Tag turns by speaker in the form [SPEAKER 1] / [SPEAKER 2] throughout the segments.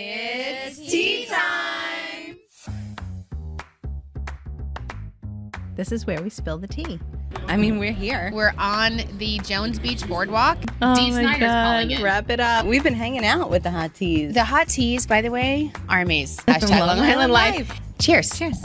[SPEAKER 1] It's tea time!
[SPEAKER 2] This is where we spill the tea. I mean, we're here.
[SPEAKER 1] We're on the Jones Beach Boardwalk.
[SPEAKER 2] Oh
[SPEAKER 1] Dee
[SPEAKER 2] my
[SPEAKER 1] Snider's
[SPEAKER 2] God,
[SPEAKER 1] calling it.
[SPEAKER 2] Wrap it up. We've been hanging out with the hot teas.
[SPEAKER 1] The hot teas, by the way, are amazing. Hashtag Long Island Life. Cheers. Cheers.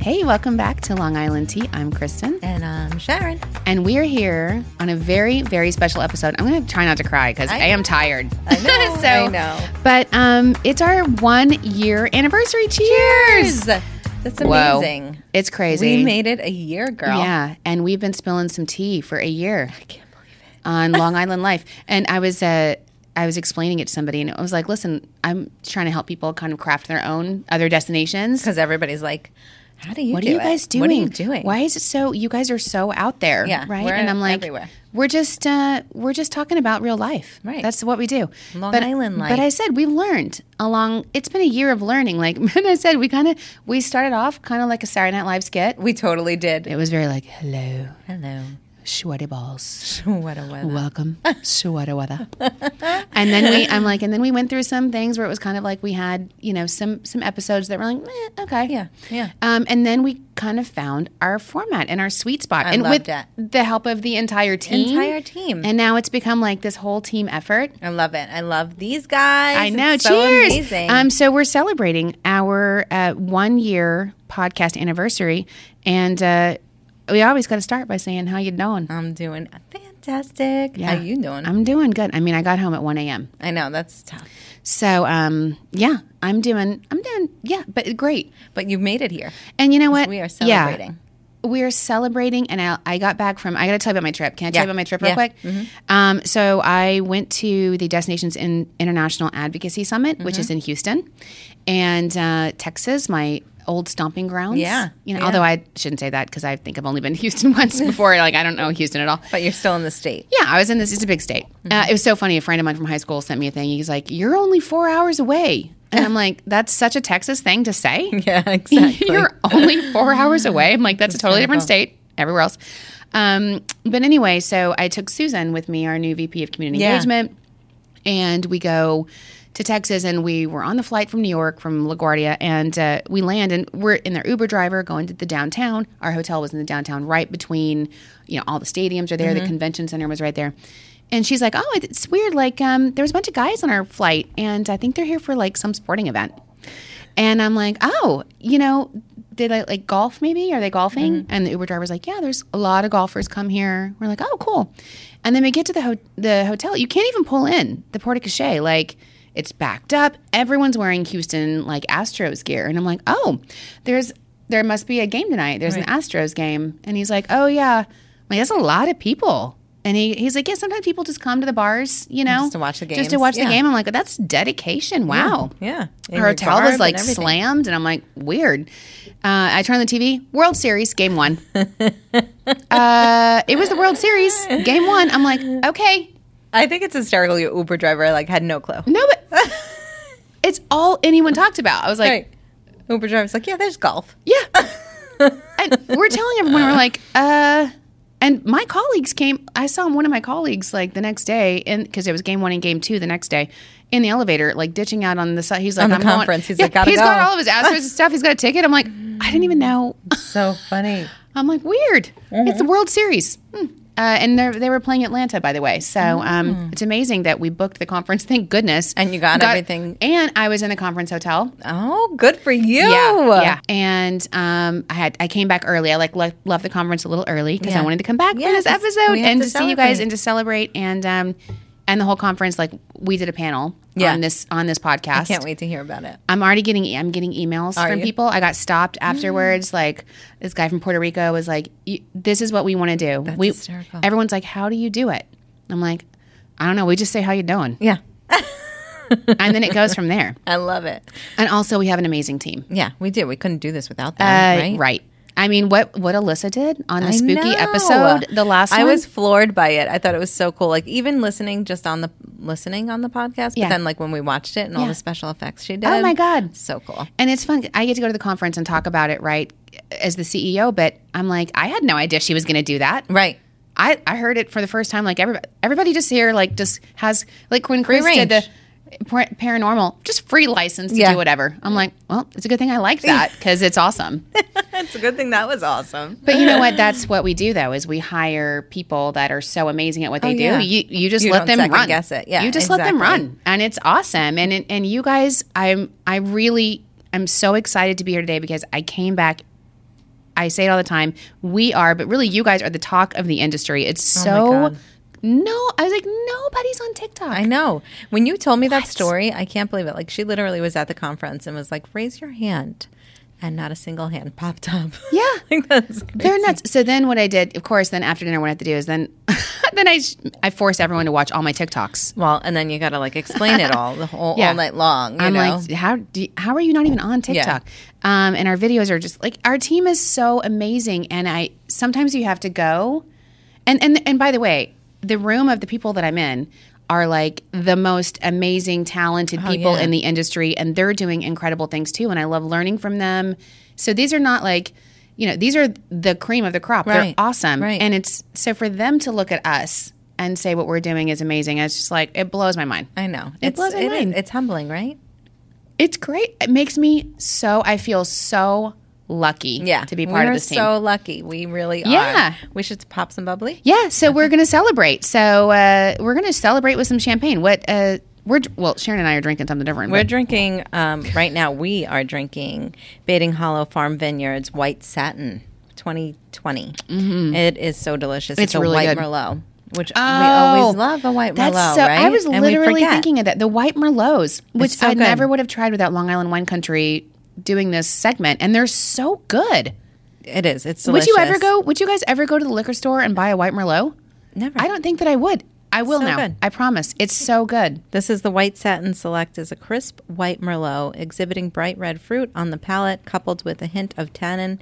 [SPEAKER 1] Hey, welcome back to Long Island Tea. I'm Kristen,
[SPEAKER 2] And I'm Sharon.
[SPEAKER 1] and we're here on a very, very special episode. I'm going to try not to cry because I,
[SPEAKER 2] I
[SPEAKER 1] am
[SPEAKER 2] know.
[SPEAKER 1] tired.
[SPEAKER 2] I know.
[SPEAKER 1] So-
[SPEAKER 2] I know.
[SPEAKER 1] But um, it's our one year anniversary. Cheers!
[SPEAKER 2] That's
[SPEAKER 1] Whoa.
[SPEAKER 2] amazing.
[SPEAKER 1] It's crazy.
[SPEAKER 2] We made it a year, girl.
[SPEAKER 1] Yeah, and we've been spilling some tea for a year
[SPEAKER 2] I can't believe it.
[SPEAKER 1] on Long Island Life. And I was uh, I was explaining it to somebody, and I was like, "Listen, I'm trying to help people kind of craft their own other destinations.
[SPEAKER 2] Because everybody's like, how do you
[SPEAKER 1] What
[SPEAKER 2] do
[SPEAKER 1] are you
[SPEAKER 2] it?
[SPEAKER 1] guys doing?
[SPEAKER 2] What are you doing?
[SPEAKER 1] Why is it so? You guys are so out there,
[SPEAKER 2] Yeah,
[SPEAKER 1] right?
[SPEAKER 2] we're
[SPEAKER 1] and I'm like,
[SPEAKER 2] everywhere.
[SPEAKER 1] we're just uh, we're just talking about real life,
[SPEAKER 2] Right.
[SPEAKER 1] That's what we do.
[SPEAKER 2] Long
[SPEAKER 1] but,
[SPEAKER 2] Island life.
[SPEAKER 1] But I said we've learned along. It's been a year of learning. Like and I said, we kind of we started off kind of like a Saturday Night Live skit.
[SPEAKER 2] We totally did.
[SPEAKER 1] It was very like, hello,
[SPEAKER 2] Hello.
[SPEAKER 1] sweaty balls.
[SPEAKER 2] what a weather.
[SPEAKER 1] Welcome, sweater weather. and then we, I'm like, and then we went through some things where it was kind of like we had, you know, some some episodes that were like, eh, okay,
[SPEAKER 2] Yeah, yeah.
[SPEAKER 1] Um, and then we kind of found our format and our sweet spot, and
[SPEAKER 2] loved
[SPEAKER 1] with
[SPEAKER 2] it.
[SPEAKER 1] the help of the entire team,
[SPEAKER 2] Entire team.
[SPEAKER 1] and now it's become like this whole team effort.
[SPEAKER 2] I love it. I love these guys.
[SPEAKER 1] I know.
[SPEAKER 2] It's so
[SPEAKER 1] cheers.
[SPEAKER 2] amazing.
[SPEAKER 1] Um, so we're celebrating our uh, one year podcast anniversary, and uh, we always got to start by saying how you doing.
[SPEAKER 2] I'm doing fantastic. How you doing? i
[SPEAKER 1] I'm doing good. I mean, I got home at 1 a.m.
[SPEAKER 2] know that's tough,
[SPEAKER 1] So um yeah, I'm doing I'm doing yeah, but great.
[SPEAKER 2] but you made it here.
[SPEAKER 1] And you know what?
[SPEAKER 2] We are
[SPEAKER 1] Yeah.
[SPEAKER 2] celebrating.
[SPEAKER 1] we are celebrating and I, I got back from I gotta tell you about my trip. Can I tell
[SPEAKER 2] Yeah.
[SPEAKER 1] you about my trip real
[SPEAKER 2] Yeah. Mm-hmm.
[SPEAKER 1] quick? Um, so I went to the Destinations in International Advocacy Summit, which
[SPEAKER 2] Mm-hmm.
[SPEAKER 1] is in Houston and uh, Texas, my old stomping grounds.
[SPEAKER 2] Yeah.
[SPEAKER 1] You know,
[SPEAKER 2] Yeah.
[SPEAKER 1] although I shouldn't say that because I think I've only been to Houston once before. like I don't know Houston at all.
[SPEAKER 2] But you're still in the state.
[SPEAKER 1] Yeah, I was in this. It's a big state. Uh, it was so funny. A friend of mine from high school sent me a thing. He's like, "You're only four hours away," and I'm like, "That's such a Texas thing to say."
[SPEAKER 2] Yeah, exactly.
[SPEAKER 1] You're only four hours away. I'm like, that's a totally different state. Everywhere else. Um, but anyway, so I took Susan with me, our new VP of Community
[SPEAKER 2] Yeah.
[SPEAKER 1] Engagement, and we go to Texas. And we were on the flight from New York, from LaGuardia, and uh, we land, and we're in their Uber driver going to the downtown. Our hotel was in the downtown, right between, you know, all the stadiums are there. The convention center was right there. And she's like, "Oh, it's weird. Like, um, there was a bunch of guys on our flight, and I think they're here for like some sporting event." And I'm like, oh, you know, did I like golf maybe? Are they golfing?
[SPEAKER 2] Mm-hmm.
[SPEAKER 1] And the Uber driver's like, yeah, there's a lot of golfers come here. We're like, oh, cool. And then we get to the, ho- the hotel. You can't even pull in the porte cochere. Like, it's backed up. Everyone's wearing Houston like Astros gear. And I'm like, oh, there's there must be a game tonight. There's an Astros game. And he's like, oh, yeah. I'm like, that's a lot of people. And he, he's like, yeah, sometimes people just come to the bars, you know,
[SPEAKER 2] Just to watch the
[SPEAKER 1] Just to
[SPEAKER 2] games.
[SPEAKER 1] watch
[SPEAKER 2] Yeah.
[SPEAKER 1] the game. I'm like, that's dedication. Wow.
[SPEAKER 2] Yeah. In
[SPEAKER 1] Her hotel
[SPEAKER 2] garb
[SPEAKER 1] was like
[SPEAKER 2] and everything.
[SPEAKER 1] slammed, and I'm like, weird. Uh, I turn on the TV, World Series, game one. uh, it was the World Series, game one. I'm like, okay,
[SPEAKER 2] I think it's hysterical. Your Uber driver like had no clue.
[SPEAKER 1] no, but it's all anyone talked about. I was like,
[SPEAKER 2] Right. Uber driver's like, yeah, there's golf.
[SPEAKER 1] yeah. and we're telling everyone, we're like, uh, and my colleagues came, I saw one of my colleagues like the next day, and because it was game one and game two the next day. In the elevator, like ditching out on the side, he's like,
[SPEAKER 2] On the
[SPEAKER 1] "I'm going-"
[SPEAKER 2] conference, he's
[SPEAKER 1] Yeah,
[SPEAKER 2] like, "Gotta
[SPEAKER 1] he's got
[SPEAKER 2] go."
[SPEAKER 1] all of his Astros and stuff. He's got a ticket. I'm like, I didn't even know.
[SPEAKER 2] So funny.
[SPEAKER 1] I'm like, weird.
[SPEAKER 2] Mm-hmm.
[SPEAKER 1] It's the World Series. Hmm. Uh, and they they were playing Atlanta, by the way. So um, it's amazing that we booked the conference. Thank goodness.
[SPEAKER 2] Mm. And you got everything.
[SPEAKER 1] And I was in the conference hotel.
[SPEAKER 2] Oh, good for you. Oh.
[SPEAKER 1] Yeah, yeah. And um, I had I came back early. I like left, left the conference a little early because I
[SPEAKER 2] Yeah.
[SPEAKER 1] wanted to come back
[SPEAKER 2] Yeah,
[SPEAKER 1] for this
[SPEAKER 2] 'cause
[SPEAKER 1] episode
[SPEAKER 2] we have
[SPEAKER 1] and
[SPEAKER 2] to
[SPEAKER 1] to, see you guys
[SPEAKER 2] celebrate.
[SPEAKER 1] and to celebrate and um, and the whole conference. Like we did a panel
[SPEAKER 2] Yeah.
[SPEAKER 1] on this on this podcast.
[SPEAKER 2] Can't wait to hear about it.
[SPEAKER 1] I'm already getting I'm getting emails from
[SPEAKER 2] you? Mm.
[SPEAKER 1] people. I got stopped afterwards. Like this guy from Puerto Rico was like, "You- "This is what we want to do." That's we,
[SPEAKER 2] hysterical.
[SPEAKER 1] Everyone's like, "How do you do it?" I'm like, "I don't know. We just say how you doing,"
[SPEAKER 2] Yeah.
[SPEAKER 1] and then it goes from there.
[SPEAKER 2] I love it.
[SPEAKER 1] And also, we have an amazing team.
[SPEAKER 2] Yeah, we did. We couldn't do this without
[SPEAKER 1] Uh,
[SPEAKER 2] that,
[SPEAKER 1] right?
[SPEAKER 2] Mm, right?
[SPEAKER 1] I mean, what what Alyssa did on the
[SPEAKER 2] I
[SPEAKER 1] spooky
[SPEAKER 2] know.
[SPEAKER 1] episode, the last
[SPEAKER 2] I
[SPEAKER 1] one,
[SPEAKER 2] was floored by it. I thought it was so cool. Like even listening just on the listening on the podcast, but
[SPEAKER 1] Yeah.
[SPEAKER 2] then like when we watched it and all
[SPEAKER 1] Yeah.
[SPEAKER 2] the special effects she did.
[SPEAKER 1] Oh, my God.
[SPEAKER 2] so cool.
[SPEAKER 1] and it's fun. I get to go to the conference E and talk about it, right? As the CEO, but I'm like, I had no idea she was going to do that.
[SPEAKER 2] Right.
[SPEAKER 1] I, I heard it for the first time. Like everybody, everybody just here like just has like when Chris did the
[SPEAKER 2] range.
[SPEAKER 1] par- paranormal, just free license to
[SPEAKER 2] Yeah.
[SPEAKER 1] do whatever. I'm like, well, it's a good thing I like that because it's awesome.
[SPEAKER 2] It's a good thing that was awesome.
[SPEAKER 1] But you know what? That's what we do though is we hire people that are so amazing at what they do.
[SPEAKER 2] Oh, yeah.
[SPEAKER 1] You you just
[SPEAKER 2] You
[SPEAKER 1] let
[SPEAKER 2] don't
[SPEAKER 1] them
[SPEAKER 2] second
[SPEAKER 1] run.
[SPEAKER 2] guess it. Yeah,
[SPEAKER 1] you just let them
[SPEAKER 2] exactly.
[SPEAKER 1] run, and it's awesome. And and you guys, I'm I really I'm so excited to be here today because I came back. I say it all the time. We are, but really, you guys are the talk of the industry. It's so.
[SPEAKER 2] Oh God.
[SPEAKER 1] no, I was like, nobody's on TikTok.
[SPEAKER 2] I know. When you told me that story, I can't believe it. Like she literally was at the conference and was like, "Raise your hand," and not a single hand popped up.
[SPEAKER 1] yeah.
[SPEAKER 2] like that's
[SPEAKER 1] They're nuts. So then, what I did, of course, then after dinner, what I have to do is then, then I I force everyone to watch all my TikToks.
[SPEAKER 2] well, and then you got to like explain it all the whole
[SPEAKER 1] Yeah.
[SPEAKER 2] all night long. You
[SPEAKER 1] I'm
[SPEAKER 2] know?
[SPEAKER 1] like, how do you- how are you not even on TikTok? Um, and our videos are just like our team is so amazing. And I sometimes you have to go, and and and by the way, the room of the people that I'm in are like the most amazing, talented people
[SPEAKER 2] Oh, yeah.
[SPEAKER 1] in the industry, and they're doing incredible things too. And I love learning from them. So these are not like. You know, these are the cream of the crop. They're
[SPEAKER 2] Right.
[SPEAKER 1] awesome.
[SPEAKER 2] Right.
[SPEAKER 1] And it's so for them to look at us and say what we're doing is amazing. It's just like, it blows my mind.
[SPEAKER 2] I know.
[SPEAKER 1] It
[SPEAKER 2] it's
[SPEAKER 1] blows my
[SPEAKER 2] it is-
[SPEAKER 1] mind.
[SPEAKER 2] it's humbling, right?
[SPEAKER 1] It's great. It makes me so. I feel so lucky.
[SPEAKER 2] Yeah,
[SPEAKER 1] to be part
[SPEAKER 2] We're
[SPEAKER 1] of this team.
[SPEAKER 2] so lucky. We really are.
[SPEAKER 1] Yeah.
[SPEAKER 2] we should pop some bubbly.
[SPEAKER 1] yeah. So we're gonna celebrate. So uh, we're gonna celebrate with some champagne. What? Uh, we're well. Sharon and I are drinking something different.
[SPEAKER 2] We're
[SPEAKER 1] but-
[SPEAKER 2] drinking um, right now. We are drinking Bating Hollow Farm Vineyards White Satin 2020. It is so delicious. It's, a
[SPEAKER 1] Mm-hmm. really
[SPEAKER 2] white
[SPEAKER 1] good.
[SPEAKER 2] Merlot, which we
[SPEAKER 1] Oh,
[SPEAKER 2] always love a white
[SPEAKER 1] that's
[SPEAKER 2] Merlot,
[SPEAKER 1] so.
[SPEAKER 2] right?
[SPEAKER 1] I was
[SPEAKER 2] And we
[SPEAKER 1] literally
[SPEAKER 2] forget.
[SPEAKER 1] thinking of that. The white merlots, which
[SPEAKER 2] so
[SPEAKER 1] I
[SPEAKER 2] good.
[SPEAKER 1] never would have tried without Long Island Wine Country doing this segment, and they're so good.
[SPEAKER 2] it is. It's
[SPEAKER 1] Would
[SPEAKER 2] delicious.
[SPEAKER 1] you ever go? Would you guys ever go to the liquor store and buy a white merlot?
[SPEAKER 2] Never.
[SPEAKER 1] I don't think that I would. I will
[SPEAKER 2] So
[SPEAKER 1] now.
[SPEAKER 2] good.
[SPEAKER 1] I promise. It's so good.
[SPEAKER 2] This is the White Satin Select is a crisp white Merlot exhibiting bright red fruit on the palate coupled with a hint of tannin.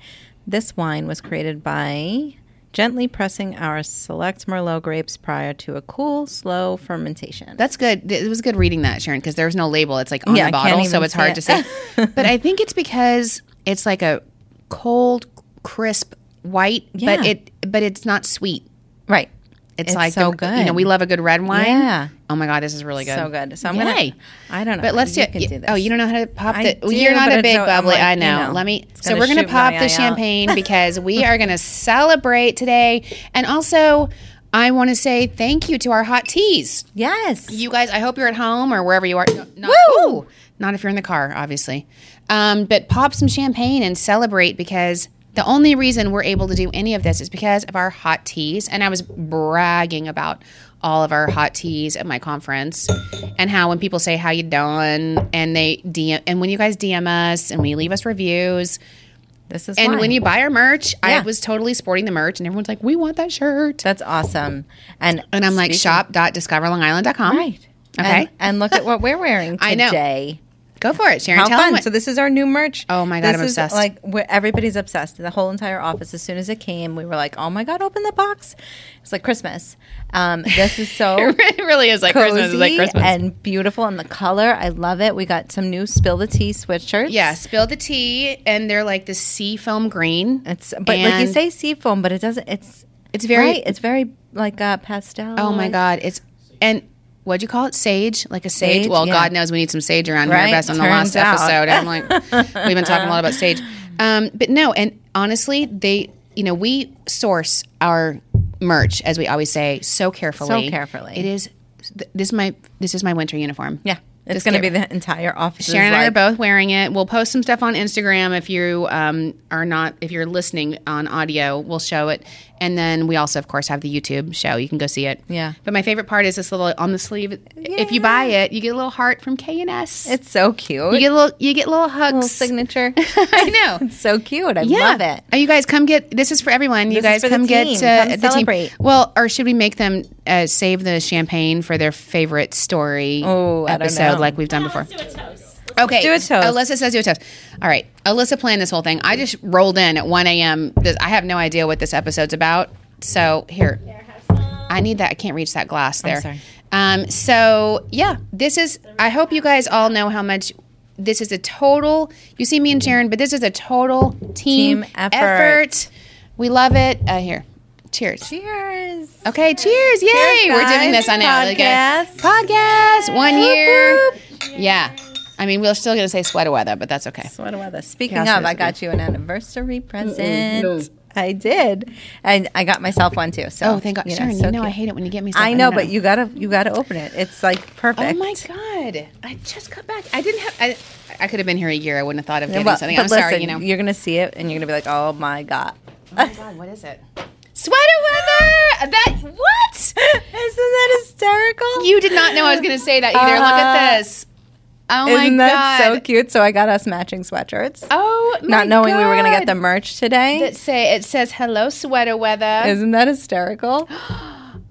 [SPEAKER 2] This wine was created by gently pressing our select Merlot grapes prior to a cool, slow fermentation.
[SPEAKER 1] That's good. It was good reading that, Sharon, because there's no label. It's like on
[SPEAKER 2] Yeah, I
[SPEAKER 1] the
[SPEAKER 2] can't
[SPEAKER 1] bottle, so
[SPEAKER 2] even
[SPEAKER 1] it's
[SPEAKER 2] see
[SPEAKER 1] hard
[SPEAKER 2] it.
[SPEAKER 1] to say. but I think it's because it's like a cold, crisp white,
[SPEAKER 2] Yeah.
[SPEAKER 1] but it but it's not sweet.
[SPEAKER 2] right.
[SPEAKER 1] It's, like
[SPEAKER 2] so
[SPEAKER 1] the-
[SPEAKER 2] good.
[SPEAKER 1] You know, we love a good red wine.
[SPEAKER 2] Yeah.
[SPEAKER 1] Oh my god, this is really good.
[SPEAKER 2] so good. So I'm
[SPEAKER 1] Yay.
[SPEAKER 2] gonna. I don't know.
[SPEAKER 1] But let's
[SPEAKER 2] you
[SPEAKER 1] do,
[SPEAKER 2] can do this.
[SPEAKER 1] Oh, you don't know how to pop
[SPEAKER 2] I
[SPEAKER 1] the. well, you're
[SPEAKER 2] do,
[SPEAKER 1] not
[SPEAKER 2] but
[SPEAKER 1] a
[SPEAKER 2] it's
[SPEAKER 1] big
[SPEAKER 2] so- I'm
[SPEAKER 1] bubbly.
[SPEAKER 2] like,
[SPEAKER 1] I
[SPEAKER 2] you
[SPEAKER 1] know.
[SPEAKER 2] know,
[SPEAKER 1] Let me.
[SPEAKER 2] it's
[SPEAKER 1] So
[SPEAKER 2] gonna
[SPEAKER 1] we're gonna
[SPEAKER 2] shoot my
[SPEAKER 1] pop
[SPEAKER 2] eye
[SPEAKER 1] the
[SPEAKER 2] out.
[SPEAKER 1] champagne because we are gonna celebrate today, and also I want to say thank you to our hot teas.
[SPEAKER 2] yes.
[SPEAKER 1] You guys, I hope you're at home or wherever you are. No, not, Ooh! not if you're in the car, obviously. Um, but pop some champagne and celebrate because the only reason we're able to do any of this is because of our hot teas. And I was bragging about all of our hot teas at my conference and how when people say how you doing and they DM and when you guys DM us and when you leave us reviews
[SPEAKER 2] this is
[SPEAKER 1] and
[SPEAKER 2] wine.
[SPEAKER 1] when you buy our merch, I
[SPEAKER 2] Yeah.
[SPEAKER 1] was totally sporting the merch and everyone's like, we want that shirt.
[SPEAKER 2] That's awesome. And
[SPEAKER 1] And I'm like, shop.discoverlongisland.com.
[SPEAKER 2] right.
[SPEAKER 1] Okay.
[SPEAKER 2] And, and look at what we're wearing
[SPEAKER 1] I know.
[SPEAKER 2] today.
[SPEAKER 1] Go for it, Sharon.
[SPEAKER 2] How
[SPEAKER 1] Tell 'em
[SPEAKER 2] fun!
[SPEAKER 1] what-
[SPEAKER 2] so this is our new merch.
[SPEAKER 1] Oh my God,
[SPEAKER 2] This
[SPEAKER 1] I'm
[SPEAKER 2] is,
[SPEAKER 1] obsessed.
[SPEAKER 2] Like we're, everybody's obsessed. The whole entire office. As soon as it came, we were like, "Oh my God, open the box!" It's like Christmas. Um, this is so
[SPEAKER 1] it really is like
[SPEAKER 2] cozy
[SPEAKER 1] Christmas. It's like Christmas.
[SPEAKER 2] and beautiful, and the color. I love it. We got some new spill the tea sweatshirts.
[SPEAKER 1] yeah, spill the tea, and they're like the sea foam green.
[SPEAKER 2] it's but like you
[SPEAKER 1] And
[SPEAKER 2] say seafoam, but it doesn't. It's
[SPEAKER 1] it's very.
[SPEAKER 2] right, it's very like uh, pastel.
[SPEAKER 1] oh my god, it's and what'd you call it? Sage, like a sage.
[SPEAKER 2] Sage,
[SPEAKER 1] well,
[SPEAKER 2] yeah.
[SPEAKER 1] God knows we need some sage around
[SPEAKER 2] Right?
[SPEAKER 1] here. Best on the
[SPEAKER 2] Turns
[SPEAKER 1] last
[SPEAKER 2] out.
[SPEAKER 1] episode, I'm like, we've been talking a lot about sage, um, but no, and honestly, they, you know, we source our merch as we always say so carefully.
[SPEAKER 2] So carefully.
[SPEAKER 1] it is. th- This is my this is my winter uniform.
[SPEAKER 2] Yeah, it's
[SPEAKER 1] Just
[SPEAKER 2] going to
[SPEAKER 1] get-
[SPEAKER 2] be the entire office.
[SPEAKER 1] Sharon and I are
[SPEAKER 2] like,
[SPEAKER 1] both wearing it. We'll post some stuff on Instagram if you um, are not if you're listening on audio. We'll show it, and then we also, of course, have the YouTube show. You can go see it.
[SPEAKER 2] Yeah.
[SPEAKER 1] But my favorite part is this little on the sleeve. If you buy it, you get a little heart from K and S. You
[SPEAKER 2] It's so cute.
[SPEAKER 1] get a little you get little hugs.
[SPEAKER 2] Little signature.
[SPEAKER 1] I know.
[SPEAKER 2] so cute. I
[SPEAKER 1] Yeah.
[SPEAKER 2] love it.
[SPEAKER 1] Oh, you guys come get this is for everyone. You
[SPEAKER 2] This is
[SPEAKER 1] guys
[SPEAKER 2] for the
[SPEAKER 1] come get
[SPEAKER 2] team.
[SPEAKER 1] uh,
[SPEAKER 2] Come
[SPEAKER 1] the team.
[SPEAKER 2] celebrate.
[SPEAKER 1] Well, or should we make them uh, save the champagne for their favorite story
[SPEAKER 2] Oh, I don't
[SPEAKER 1] episode
[SPEAKER 2] know.
[SPEAKER 1] like we've done before?
[SPEAKER 3] Let's do a toast.
[SPEAKER 1] Okay.
[SPEAKER 2] Do a toast.
[SPEAKER 1] Alyssa says do a toast. All right. Alyssa planned this whole thing. I just rolled in at 1 a.m. This- I have no idea what this epide's about. So here.
[SPEAKER 3] There, have some.
[SPEAKER 1] I need that. I can't reach that glass there.
[SPEAKER 2] sorry.
[SPEAKER 1] Um, so yeah, this is. I hope you guys all know how much this is a total. You see me and
[SPEAKER 2] Mm-hmm.
[SPEAKER 1] Sharon, but this is a total team,
[SPEAKER 2] Team effort.
[SPEAKER 1] effort. We love it. Uh, here, Cheers.
[SPEAKER 2] Cheers.
[SPEAKER 1] Okay, cheers. Yay.
[SPEAKER 2] Cheers,
[SPEAKER 1] We're
[SPEAKER 2] guys.
[SPEAKER 1] doing this on our like, a
[SPEAKER 2] Podcast.
[SPEAKER 1] podcast. One
[SPEAKER 2] Whoop,
[SPEAKER 1] year.
[SPEAKER 2] whoop.
[SPEAKER 1] Yeah. I mean, we're still going to say sweater weather, but that's okay.
[SPEAKER 2] What about this? Speaking
[SPEAKER 1] Cast
[SPEAKER 2] of, I
[SPEAKER 1] recipe.
[SPEAKER 2] got you an anniversary present. I did, and I got myself one too. So
[SPEAKER 1] Oh, thank God.
[SPEAKER 2] you know,
[SPEAKER 1] Sharon,
[SPEAKER 2] so
[SPEAKER 1] you know I
[SPEAKER 2] cute.
[SPEAKER 1] hate it when you get me stuff.
[SPEAKER 2] I
[SPEAKER 1] and
[SPEAKER 2] know,
[SPEAKER 1] then
[SPEAKER 2] but
[SPEAKER 1] I'm-
[SPEAKER 2] you gotta you gotta open it. It's like
[SPEAKER 1] Oh
[SPEAKER 2] perfect.
[SPEAKER 1] my God. I just got back. I didn't have, I, I could have been here a year. I wouldn't have thought of
[SPEAKER 2] Yeah,
[SPEAKER 1] getting
[SPEAKER 2] well,
[SPEAKER 1] something.
[SPEAKER 2] but
[SPEAKER 1] I'm sorry,
[SPEAKER 2] listen,
[SPEAKER 1] you know.
[SPEAKER 2] you're gonna see it and you're gonna be like, oh my god.
[SPEAKER 1] Oh my God, what is it? Sweater weather. That, what?
[SPEAKER 2] Isn't that hysterical?
[SPEAKER 1] You did not know I was going to say that either. Look at
[SPEAKER 2] Uh,
[SPEAKER 1] this. Oh my
[SPEAKER 2] Isn't that
[SPEAKER 1] God.
[SPEAKER 2] so cute? So I got us matching sweatshirts,
[SPEAKER 1] Oh, my
[SPEAKER 2] not knowing we were gonna get
[SPEAKER 1] God.
[SPEAKER 2] the merch today.
[SPEAKER 1] that say it says hello sweater weather
[SPEAKER 2] Isn't that hysterical?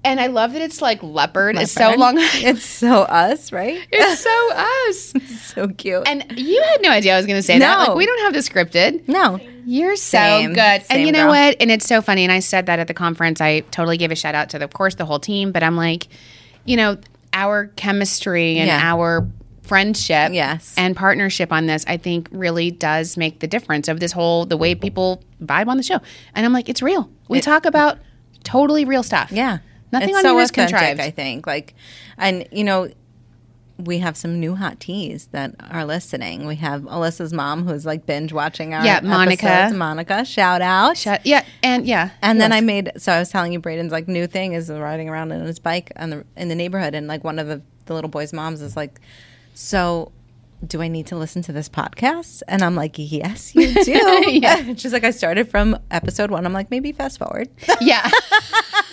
[SPEAKER 1] and i love that it's like leopard
[SPEAKER 2] my
[SPEAKER 1] it's so
[SPEAKER 2] friend?
[SPEAKER 1] long
[SPEAKER 2] it's so us, right?
[SPEAKER 1] it's so us
[SPEAKER 2] so cute.
[SPEAKER 1] and you had no idea i was going to say that
[SPEAKER 2] No.
[SPEAKER 1] like we don't have this scripted
[SPEAKER 2] no,
[SPEAKER 1] you're so
[SPEAKER 2] Same.
[SPEAKER 1] good and
[SPEAKER 2] Same,
[SPEAKER 1] you know
[SPEAKER 2] girl.
[SPEAKER 1] what and it's so funny and i said that at the conference i totally gave a shout out to the, of course the whole team but i'm like you know our chemistry and
[SPEAKER 2] Yeah.
[SPEAKER 1] our friendship
[SPEAKER 2] Yes.
[SPEAKER 1] and partnership on this i think really does make the difference of this whole the way people vibe on the show and i'm like it's real we talk about totally real stuff
[SPEAKER 2] Yeah.
[SPEAKER 1] Nothing
[SPEAKER 2] It's
[SPEAKER 1] on
[SPEAKER 2] so
[SPEAKER 1] here is
[SPEAKER 2] authentic,
[SPEAKER 1] contrived.
[SPEAKER 2] I think. Like and you know, we have some new hot teas that are listening. We have Alyssa's mom who's like binge watching our
[SPEAKER 1] Yeah, Monica.
[SPEAKER 2] episodes. Monica, shout out.
[SPEAKER 1] Shut- yeah, and yeah,
[SPEAKER 2] and then I made so I was telling you Braden's like new thing is riding around on his bike on the in the neighborhood and like one of the, the little boy's moms is like, So do I need to listen to this podcast? And I'm like, Yes, you do.
[SPEAKER 1] Yeah.
[SPEAKER 2] She's like, I started from episode one. I'm like, maybe fast forward.
[SPEAKER 1] yeah,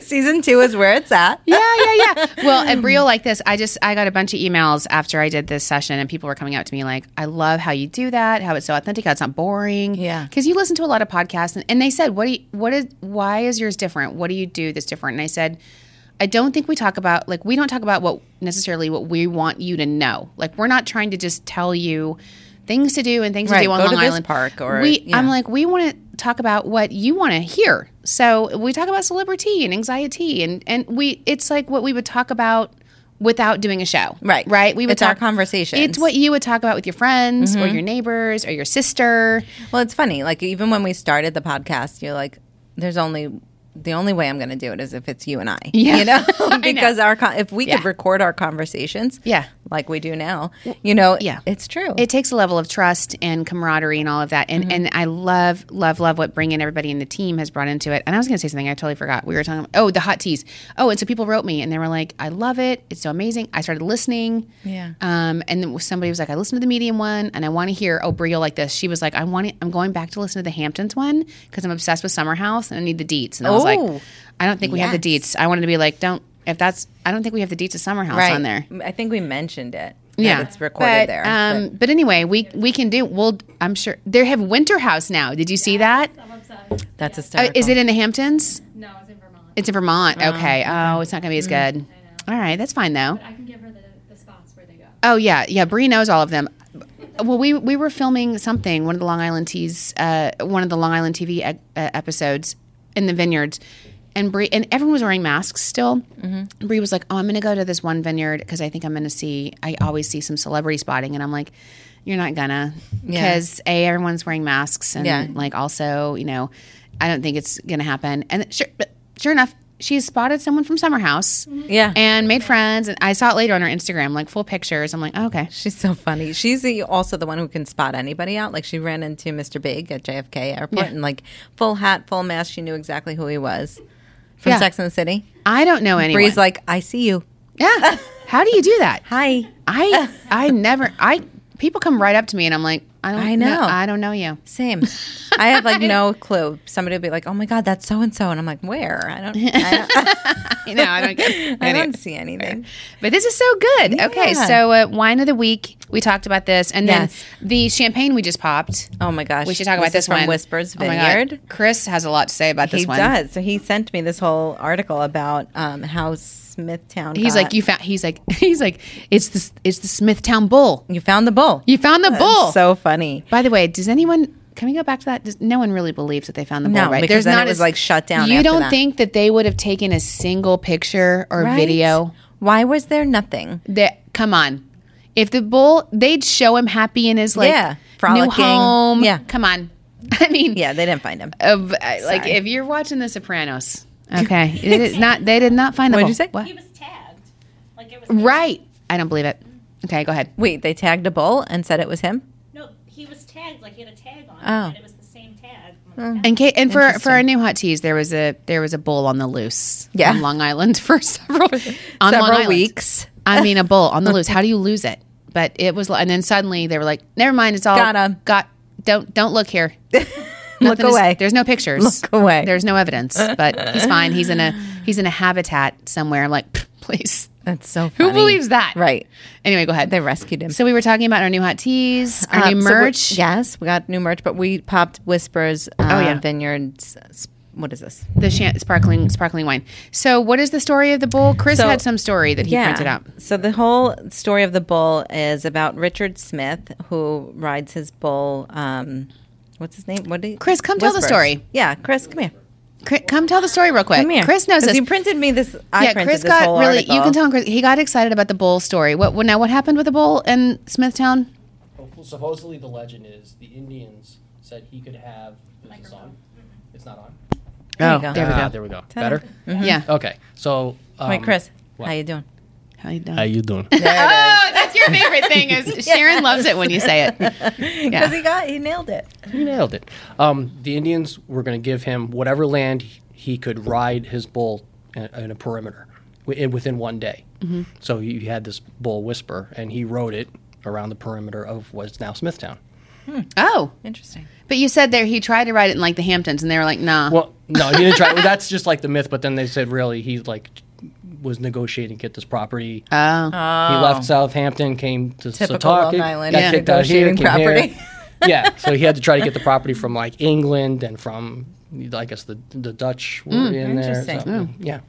[SPEAKER 2] Season two is where it's at.
[SPEAKER 1] yeah, yeah, yeah. Well, a reel like this, I just I got a bunch of emails after I did this session, and people were coming up to me like, "I love how you do that. How it's so authentic. How it's not boring.
[SPEAKER 2] Yeah.
[SPEAKER 1] because you listen to a lot of podcasts, and, and they said, "What do you, what is why is yours different? What do you do that's different?" And I said. I don't think we talk about like we don't talk about what necessarily what we want you to know. Like we're not trying to just tell you things to do and things to
[SPEAKER 2] Right,
[SPEAKER 1] do on
[SPEAKER 2] go to
[SPEAKER 1] Long
[SPEAKER 2] this
[SPEAKER 1] Island
[SPEAKER 2] park or-
[SPEAKER 1] we.
[SPEAKER 2] yeah.
[SPEAKER 1] I'm like we want to talk about what you want to hear. So we talk about celebrity and anxiety and and we it's like what we would talk about without doing a show.
[SPEAKER 2] Right.
[SPEAKER 1] Right. We would
[SPEAKER 2] It's our
[SPEAKER 1] talk-
[SPEAKER 2] conversations. Mm-hmm.
[SPEAKER 1] It's what you would talk about with your friends or your neighbors or your sister.
[SPEAKER 2] Well, it's funny. Like even when we started the podcast, you're like, "There's only the only way I'm going to do it is if it's you and I."
[SPEAKER 1] Yeah.
[SPEAKER 2] You know, because our con- if we
[SPEAKER 1] Yeah.
[SPEAKER 2] could record our conversations,
[SPEAKER 1] Yeah.
[SPEAKER 2] like we do now, you know,
[SPEAKER 1] yeah.
[SPEAKER 2] it's true.
[SPEAKER 1] It takes a level of trust and camaraderie and all of that.
[SPEAKER 2] Mm-hmm.
[SPEAKER 1] And and I love, love, love what bringing everybody in the team has brought into it. And I was going to say something I totally forgot. We were talking oh, the hot teas. Oh, and so people wrote me and they were like, I love it. It's so amazing. I started listening.
[SPEAKER 2] Yeah.
[SPEAKER 1] Um, and then somebody was like, I listened to the medium one and I want to hear, oh, Brio like this. She was like, I want to, I'm going back to listen to the Hamptons one because I'm obsessed with Summer House and I need the deets. And I
[SPEAKER 2] Oh.
[SPEAKER 1] was like, I don't think we have the
[SPEAKER 2] Yes.
[SPEAKER 1] deets. I wanted to be like, don't, if that's, I don't think we have the deets of Summer House on there.
[SPEAKER 2] I think we mentioned it. that
[SPEAKER 1] Yeah,
[SPEAKER 2] it's recorded
[SPEAKER 1] But,
[SPEAKER 2] there.
[SPEAKER 1] Um, but, anyway, we we can do. We'll. I'm sure they have Winter House now. Did you see that?
[SPEAKER 3] I'm obsessed.
[SPEAKER 2] but that's
[SPEAKER 1] Uh,
[SPEAKER 2] hysterical.
[SPEAKER 1] is it in the Hamptons?
[SPEAKER 3] No, it's in Vermont.
[SPEAKER 1] It's in Vermont.
[SPEAKER 2] Uh-huh.
[SPEAKER 1] okay. Oh, it's not gonna be as
[SPEAKER 2] Mm-hmm.
[SPEAKER 1] good. All right, that's fine though.
[SPEAKER 3] I can give her the, the spots where they go.
[SPEAKER 1] Oh yeah, yeah. Bree knows all of them. Well, we we were filming something, one of the Long Island teas, uh, one of the Long Island TV e- uh, episodes in the vineyards, and Bree and everyone was wearing masks still.
[SPEAKER 2] Mm-hmm.
[SPEAKER 1] Bree was like, "Oh, I'm going to go to this one vineyard because I think I'm going to see. I always see some celebrity spotting," and I'm like, "You're not gonna,
[SPEAKER 2] Yeah.
[SPEAKER 1] because a everyone's wearing masks, and
[SPEAKER 2] Yeah.
[SPEAKER 1] like also, you know, I don't think it's going to happen." And sure, but sure enough, she spotted someone from Summer House
[SPEAKER 2] yeah.
[SPEAKER 1] and made friends. And I saw it later on her Instagram, like full pictures. I'm like, oh, okay.
[SPEAKER 2] She's so funny. She's the, also the one who can spot anybody out. Like she ran into Mr. Big at JFK airport and like full hat, full mask. She knew exactly who he was from
[SPEAKER 1] Yeah.
[SPEAKER 2] Sex and the City.
[SPEAKER 1] I don't know anyone.
[SPEAKER 2] Bree's like, I see you.
[SPEAKER 1] yeah. How do you do that?
[SPEAKER 2] Hi.
[SPEAKER 1] I I never I people come right up to me and I'm like, I don't
[SPEAKER 2] I
[SPEAKER 1] know.
[SPEAKER 2] know.
[SPEAKER 1] I don't know you.
[SPEAKER 2] Same. I have like no clue. Somebody will be like, "Oh my god, that's so and so," and I'm like, "Where?" I don't. I don't,
[SPEAKER 1] You know, I don't get
[SPEAKER 2] I don't see anything.
[SPEAKER 1] But this is so good. Okay,
[SPEAKER 2] Yeah.
[SPEAKER 1] so uh, wine of the week. We talked about this, and
[SPEAKER 2] Yes.
[SPEAKER 1] then the champagne we just popped.
[SPEAKER 2] Oh my gosh,
[SPEAKER 1] We should talk about this
[SPEAKER 2] is from
[SPEAKER 1] one.
[SPEAKER 2] Whispers
[SPEAKER 1] Oh my God.
[SPEAKER 2] Vineyard.
[SPEAKER 1] Chris has a lot to say about this
[SPEAKER 2] he
[SPEAKER 1] one.
[SPEAKER 2] does. So he sent me this whole article about um, how Smithtown.
[SPEAKER 1] He's
[SPEAKER 2] got-
[SPEAKER 1] like, you found. He's like, he's like, it's the it's the Smithtown Bull.
[SPEAKER 2] you found the bull.
[SPEAKER 1] You found the bull.
[SPEAKER 2] So funny.
[SPEAKER 1] By the way, does anyone? Can we go back to that? Does, no one really believes that they found the bull,
[SPEAKER 2] No,
[SPEAKER 1] right?
[SPEAKER 2] because then it was, like, shut down
[SPEAKER 1] You
[SPEAKER 2] after
[SPEAKER 1] don't
[SPEAKER 2] that.
[SPEAKER 1] think that they would have taken a single picture or
[SPEAKER 2] Right?
[SPEAKER 1] video?
[SPEAKER 2] Why was there nothing?
[SPEAKER 1] That come on, if the bull, they'd show him happy in his like
[SPEAKER 2] Yeah,
[SPEAKER 1] new
[SPEAKER 2] frolicking.
[SPEAKER 1] home.
[SPEAKER 2] Yeah.
[SPEAKER 1] come on, I mean,
[SPEAKER 2] Yeah, they didn't find him.
[SPEAKER 1] of, uh, like
[SPEAKER 2] Sorry.
[SPEAKER 1] if you're watching The Sopranos, okay, it is not. They did not find the.
[SPEAKER 2] What'd you
[SPEAKER 1] bull.
[SPEAKER 2] say?
[SPEAKER 1] What?
[SPEAKER 4] He was tagged. Like it was
[SPEAKER 1] Right. I don't believe it. Okay, go ahead.
[SPEAKER 2] Wait, they tagged a bull and said it was him?
[SPEAKER 4] No, he was tagged. Like he had a tag on.
[SPEAKER 2] Oh.
[SPEAKER 4] him, And it was the same tag. on the tag.
[SPEAKER 1] And Kate, and for for
[SPEAKER 2] Interesting.
[SPEAKER 1] our new hot teas, there was a there was a bull on the loose
[SPEAKER 2] Yeah.
[SPEAKER 1] on Long Island for several on Long
[SPEAKER 2] Several
[SPEAKER 1] Island.
[SPEAKER 2] weeks.
[SPEAKER 1] I mean, a bull on the loose. How do you lose it? But it was, and then suddenly they were like, "Never mind, it's all
[SPEAKER 2] Got 'em.
[SPEAKER 1] Got don't don't look here.
[SPEAKER 2] Look
[SPEAKER 1] Nothing is-
[SPEAKER 2] away.
[SPEAKER 1] there's no pictures.
[SPEAKER 2] Look away.
[SPEAKER 1] There's no evidence. But he's fine. He's in a he's in a habitat somewhere. I'm like, "Pff, please,
[SPEAKER 2] That's so
[SPEAKER 1] who
[SPEAKER 2] funny.
[SPEAKER 1] believes that?
[SPEAKER 2] Right.
[SPEAKER 1] Anyway, go ahead.
[SPEAKER 2] They rescued him.
[SPEAKER 1] So we were talking about our new hot teas, our
[SPEAKER 2] Um,
[SPEAKER 1] new
[SPEAKER 2] so we-
[SPEAKER 1] merch.
[SPEAKER 2] yes, we got new merch, but we popped Whispers uh, oh,
[SPEAKER 1] yeah.
[SPEAKER 2] Vineyards. s- What is this?
[SPEAKER 1] the shan- sparkling sparkling wine. So, what is the story of the bull? Chris
[SPEAKER 2] So-
[SPEAKER 1] had some story that he printed out.
[SPEAKER 2] So the whole story of the bull is about Richard Smith, who rides his bull. Um, what's his name? What did he,
[SPEAKER 1] Chris, come tell the story.
[SPEAKER 2] Yeah, Chris, come here.
[SPEAKER 1] Chris, come tell the story real quick.
[SPEAKER 2] Come here.
[SPEAKER 1] Chris knows
[SPEAKER 2] 'Cause
[SPEAKER 1] this.
[SPEAKER 2] You printed me this. I
[SPEAKER 1] yeah,
[SPEAKER 2] printed
[SPEAKER 1] Chris
[SPEAKER 2] this
[SPEAKER 1] got
[SPEAKER 2] whole
[SPEAKER 1] really.
[SPEAKER 2] Article.
[SPEAKER 1] You can tell him, Chris he got excited about the bull story. What what- now? What happened with the bull in Smithtown?
[SPEAKER 5] Well, supposedly the legend is the Indians said he could have. Is this on? It's not on.
[SPEAKER 2] Oh, There you go.
[SPEAKER 1] there we
[SPEAKER 5] Ah,
[SPEAKER 1] go.
[SPEAKER 5] there we go.
[SPEAKER 2] Ta-da.
[SPEAKER 5] Better.
[SPEAKER 1] Yeah.
[SPEAKER 5] Okay. So. Um,
[SPEAKER 2] Wait, Chris,
[SPEAKER 5] what?
[SPEAKER 2] how you doing?
[SPEAKER 1] How you doing?
[SPEAKER 5] How you doing?
[SPEAKER 1] oh, that's your favorite thing. Is Sharon loves it when you say it.
[SPEAKER 2] Because
[SPEAKER 1] Yeah.
[SPEAKER 2] he got he nailed it.
[SPEAKER 5] you nailed it. Um, the Indians were going to give him whatever land he could ride his bull in, in a perimeter wi- within one day.
[SPEAKER 2] Mm-hmm.
[SPEAKER 5] So you you had this bull whisper, and he rode it around the perimeter of what's now Smithtown.
[SPEAKER 1] Oh,
[SPEAKER 2] Interesting.
[SPEAKER 1] but you said there he tried to ride it in like the Hamptons, and they were like, nah.
[SPEAKER 5] Well, no, he didn't try. That's just like the myth. But then they said really he like was negotiating to get this property.
[SPEAKER 1] oh,
[SPEAKER 5] He left Southampton, came to
[SPEAKER 2] Typical
[SPEAKER 5] Setauket,
[SPEAKER 2] Long Island
[SPEAKER 5] got
[SPEAKER 1] Yeah.
[SPEAKER 5] kicked out here,
[SPEAKER 2] negotiating
[SPEAKER 5] came
[SPEAKER 2] property.
[SPEAKER 5] here. yeah, so he had to try to get the property from like England and from I guess the the Dutch were in there.
[SPEAKER 2] Hmm, interesting. Hmm.
[SPEAKER 5] So, Yeah,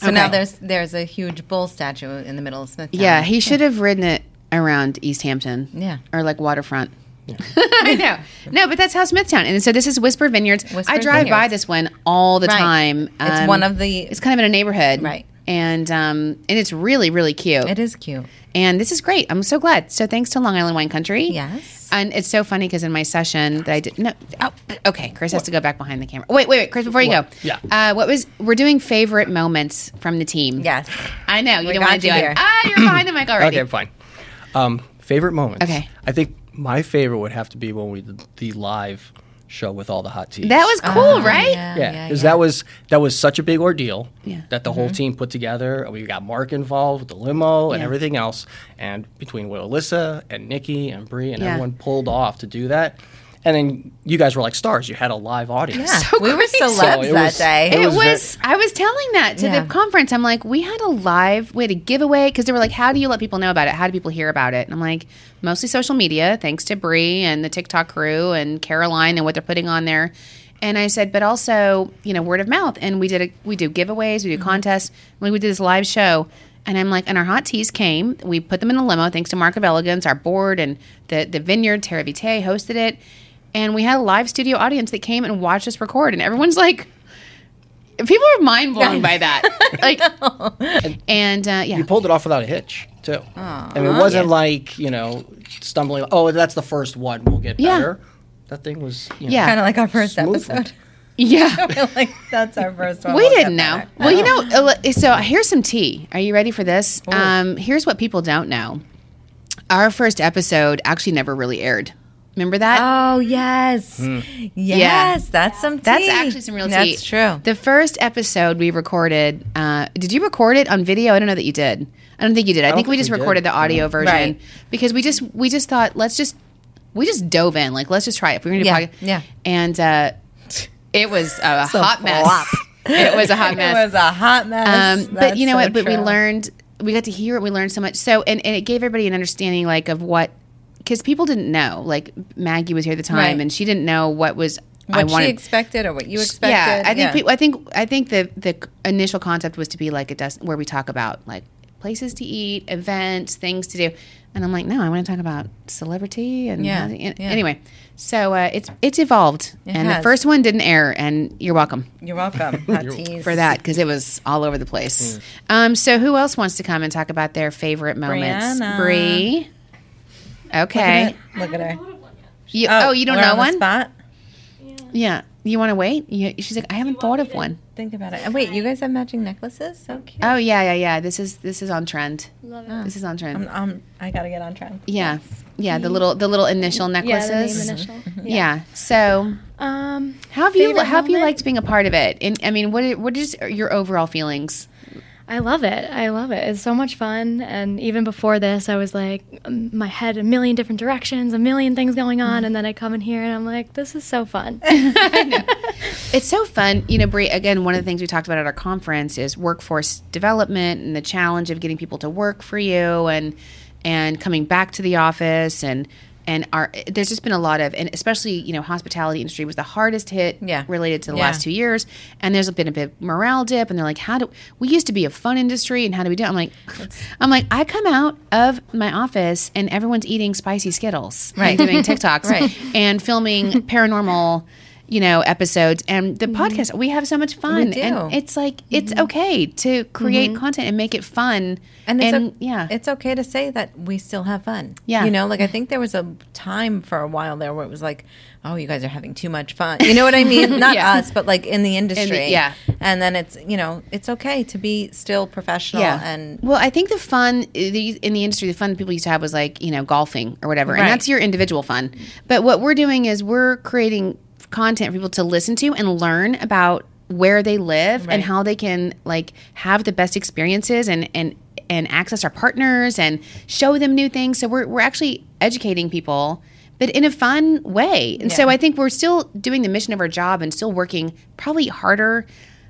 [SPEAKER 2] Oh. So now
[SPEAKER 1] Okay.
[SPEAKER 2] there's there's a huge bull statue in the middle of Smithtown.
[SPEAKER 1] yeah. He should have ridden it around East Hampton.
[SPEAKER 2] Yeah.
[SPEAKER 1] or like waterfront. I know. No, but that's how Smithtown. And so this is Whisper Vineyards.
[SPEAKER 2] Whisper
[SPEAKER 1] I drive by
[SPEAKER 2] Vineyards.
[SPEAKER 1] this one all the
[SPEAKER 2] Right.
[SPEAKER 1] time. Um,
[SPEAKER 2] It's one of the-
[SPEAKER 1] It's kind of in a neighborhood,
[SPEAKER 2] Right.
[SPEAKER 1] And um, and it's really really cute.
[SPEAKER 2] It is cute.
[SPEAKER 1] And this is great. I'm so glad. So thanks to Long Island Wine Country.
[SPEAKER 2] Yes.
[SPEAKER 1] And it's so funny because in my session that I did no. Oh, okay. Chris has to go back behind the camera. Wait, wait, wait, Chris. Before you
[SPEAKER 5] What?
[SPEAKER 1] go,
[SPEAKER 5] Yeah.
[SPEAKER 1] Uh, what was we're doing favorite moments from the team?
[SPEAKER 2] Yes.
[SPEAKER 1] I know you
[SPEAKER 2] We
[SPEAKER 1] don't want
[SPEAKER 2] got
[SPEAKER 1] to do
[SPEAKER 2] you
[SPEAKER 1] it.
[SPEAKER 2] here.
[SPEAKER 1] Ah, you're behind the mic already.
[SPEAKER 5] okay, fine. Um, favorite moments.
[SPEAKER 1] Okay.
[SPEAKER 5] I think my favorite would have to be when we did the live show with all the hot teas.
[SPEAKER 1] That was cool,
[SPEAKER 2] Oh,
[SPEAKER 1] right?
[SPEAKER 2] yeah.
[SPEAKER 5] Yeah, Mm-hmm. because that was that was such a big ordeal
[SPEAKER 1] Yeah.
[SPEAKER 5] that the whole team put together. We got Mark involved with the limo and
[SPEAKER 1] Yeah.
[SPEAKER 5] everything else, and between Will, Alyssa, and Nikki and Bree, and
[SPEAKER 1] Yeah.
[SPEAKER 5] everyone pulled off to do that. And then you guys were like stars. You had a live audience.
[SPEAKER 2] Yeah. we were
[SPEAKER 1] crazy.
[SPEAKER 2] celebs
[SPEAKER 5] So it
[SPEAKER 2] that
[SPEAKER 5] was-
[SPEAKER 2] day.
[SPEAKER 5] it
[SPEAKER 1] It was,
[SPEAKER 5] was ve-
[SPEAKER 1] I was telling that to
[SPEAKER 2] Yeah.
[SPEAKER 1] the conference. I'm like, we had a live, we had a giveaway because they were like, how do you let people know about it? How do people hear about it? And I'm like, mostly social media, thanks to Bree and the TikTok crew and Caroline and what they're putting on there. And I said, but also, you know, word of mouth. And we did a, we do giveaways,
[SPEAKER 5] Mm-hmm.
[SPEAKER 1] we do contests. Like we did this live show. And I'm like, and our hot teas came. We put them in a limo, thanks to Mark of Elegance, our board, and the the vineyard. Terra Vitae hosted it, and we had a live studio audience that came and watched us record. And everyone's like, People are mind blown by that. Like, and uh, yeah,
[SPEAKER 5] You pulled it off without a hitch, too. I mean, it wasn't like, you know, stumbling, oh, that's the first one, we'll get
[SPEAKER 1] Yeah.
[SPEAKER 5] better. That thing was, you know,
[SPEAKER 1] Yeah.
[SPEAKER 2] kind of like our first
[SPEAKER 5] Smooth.
[SPEAKER 2] episode.
[SPEAKER 1] yeah.
[SPEAKER 2] like that's our first one.
[SPEAKER 1] We
[SPEAKER 2] We'll
[SPEAKER 1] didn't
[SPEAKER 2] get
[SPEAKER 1] know.
[SPEAKER 2] back.
[SPEAKER 1] Well, you know, uh, so here's some tea. Are you ready for this? Um, here's what people don't know. Our first episode actually never really aired. Remember that?
[SPEAKER 2] Oh yes, yes, that's some. Tea.
[SPEAKER 1] That's actually some real tea.
[SPEAKER 2] That's true.
[SPEAKER 1] The first episode we recorded, uh, did you record it on video? I don't know that you did. I don't think you did. I,
[SPEAKER 5] don't
[SPEAKER 1] think we
[SPEAKER 5] think
[SPEAKER 1] just
[SPEAKER 5] we did.
[SPEAKER 1] recorded the audio version
[SPEAKER 2] Right.
[SPEAKER 1] because we just we just thought let's just we just dove in like let's just try it. If we're gonna do
[SPEAKER 2] Yeah,
[SPEAKER 1] podcast-
[SPEAKER 2] yeah.
[SPEAKER 1] and uh, it was a
[SPEAKER 2] a
[SPEAKER 1] hot
[SPEAKER 2] flop.
[SPEAKER 1] mess. it was a hot mess.
[SPEAKER 2] It was a hot mess.
[SPEAKER 1] Um, but you know
[SPEAKER 2] That's
[SPEAKER 1] what?
[SPEAKER 2] so
[SPEAKER 1] But we
[SPEAKER 2] true.
[SPEAKER 1] learned, we got to hear it. We learned so much. So, and, and it gave everybody an understanding, like, of what, because people didn't know. Like, Maggie was here at the time,
[SPEAKER 2] Right.
[SPEAKER 1] and she didn't know what was. I
[SPEAKER 2] what
[SPEAKER 1] wanted.
[SPEAKER 2] she expected or what you expected.
[SPEAKER 1] yeah, I think People, I think I think the the initial concept was to be like a des- where we talk about like places to eat, events, things to do, and I'm like, no, I want to talk about celebrity and,
[SPEAKER 2] Yeah,
[SPEAKER 1] how to- and-
[SPEAKER 2] yeah.
[SPEAKER 1] anyway. So uh, it's it's evolved,
[SPEAKER 2] It
[SPEAKER 1] and
[SPEAKER 2] has.
[SPEAKER 1] the first one didn't air, and you're welcome
[SPEAKER 2] You're welcome. Hot teas.
[SPEAKER 1] for that because it was all over the place.
[SPEAKER 2] Mm.
[SPEAKER 1] Um, so who else wants to come and talk about their favorite moments?
[SPEAKER 2] Brianna.
[SPEAKER 1] Bree. Okay.
[SPEAKER 2] Look at
[SPEAKER 3] I
[SPEAKER 2] her.
[SPEAKER 3] haven't thought of one yet.
[SPEAKER 1] You, oh, you don't
[SPEAKER 2] we're
[SPEAKER 1] know
[SPEAKER 2] on the
[SPEAKER 1] one?
[SPEAKER 2] spot.
[SPEAKER 3] Yeah.
[SPEAKER 1] Yeah. You want to wait? You, she's like, I haven't thought of one.
[SPEAKER 2] Think about it. Oh, wait, you guys have matching necklaces? So cute.
[SPEAKER 1] Oh yeah, yeah, yeah. This is this is on trend.
[SPEAKER 3] Love it.
[SPEAKER 1] This is on
[SPEAKER 2] I'm,
[SPEAKER 1] trend.
[SPEAKER 2] I'm, Um, I gotta get on trend.
[SPEAKER 1] Uh, yeah, yeah. The little the little initial
[SPEAKER 3] Mm-hmm. Yeah, the name
[SPEAKER 1] necklaces.
[SPEAKER 3] initial.
[SPEAKER 2] Mm-hmm.
[SPEAKER 1] Yeah. So
[SPEAKER 3] Um,
[SPEAKER 1] how have you
[SPEAKER 3] favorite
[SPEAKER 1] how have you
[SPEAKER 3] moment?
[SPEAKER 1] liked being a part of it? And I mean, what i- what is your overall feelings?
[SPEAKER 3] I love it. I love it. It's so much fun. And even before this, I was like, um, my head a million different directions, a million things going on. And then I come in here and I'm like, this is so fun.
[SPEAKER 1] It's so fun, you know, Brie. Again, one of the things we talked about at our conference is workforce development and the challenge of getting people to work for you and and coming back to the office and and our there's just been a lot of and especially you know hospitality industry was the hardest hit
[SPEAKER 2] Yeah.
[SPEAKER 1] related to the
[SPEAKER 2] Yeah.
[SPEAKER 1] last two years and there's been a big morale dip and they're like how do we used to be a fun industry and how do we do it? I'm like I'm like I come out of my office and everyone's eating spicy Skittles right doing TikToks
[SPEAKER 2] Right.
[SPEAKER 1] and filming paranormal you know episodes and the podcast we have so much fun
[SPEAKER 2] Mm-hmm. We do. Mm-hmm.
[SPEAKER 1] and it's like it's okay to create content and make it fun and,
[SPEAKER 2] it's o-
[SPEAKER 1] yeah
[SPEAKER 2] it's okay to say that we still have fun.
[SPEAKER 1] Yeah.
[SPEAKER 2] you know, like I think there was a time for a while there where it was like, oh, you guys are having too much fun. You know what I mean? Not
[SPEAKER 1] Yeah.
[SPEAKER 2] us, but like in the industry.
[SPEAKER 1] yeah.
[SPEAKER 2] and then it's you know it's okay to be still professional and
[SPEAKER 1] well, I think the fun the, in the industry, the fun people used to have was like you know golfing or whatever,
[SPEAKER 2] Right.
[SPEAKER 1] and that's your individual fun. But what we're doing is we're creating content for people to listen to and learn about where they live and how they can like have the best experiences and and and access our partners and show them new things. So we're we're actually educating people. But in a fun way. And so I think we're still doing the mission of our job and still working probably harder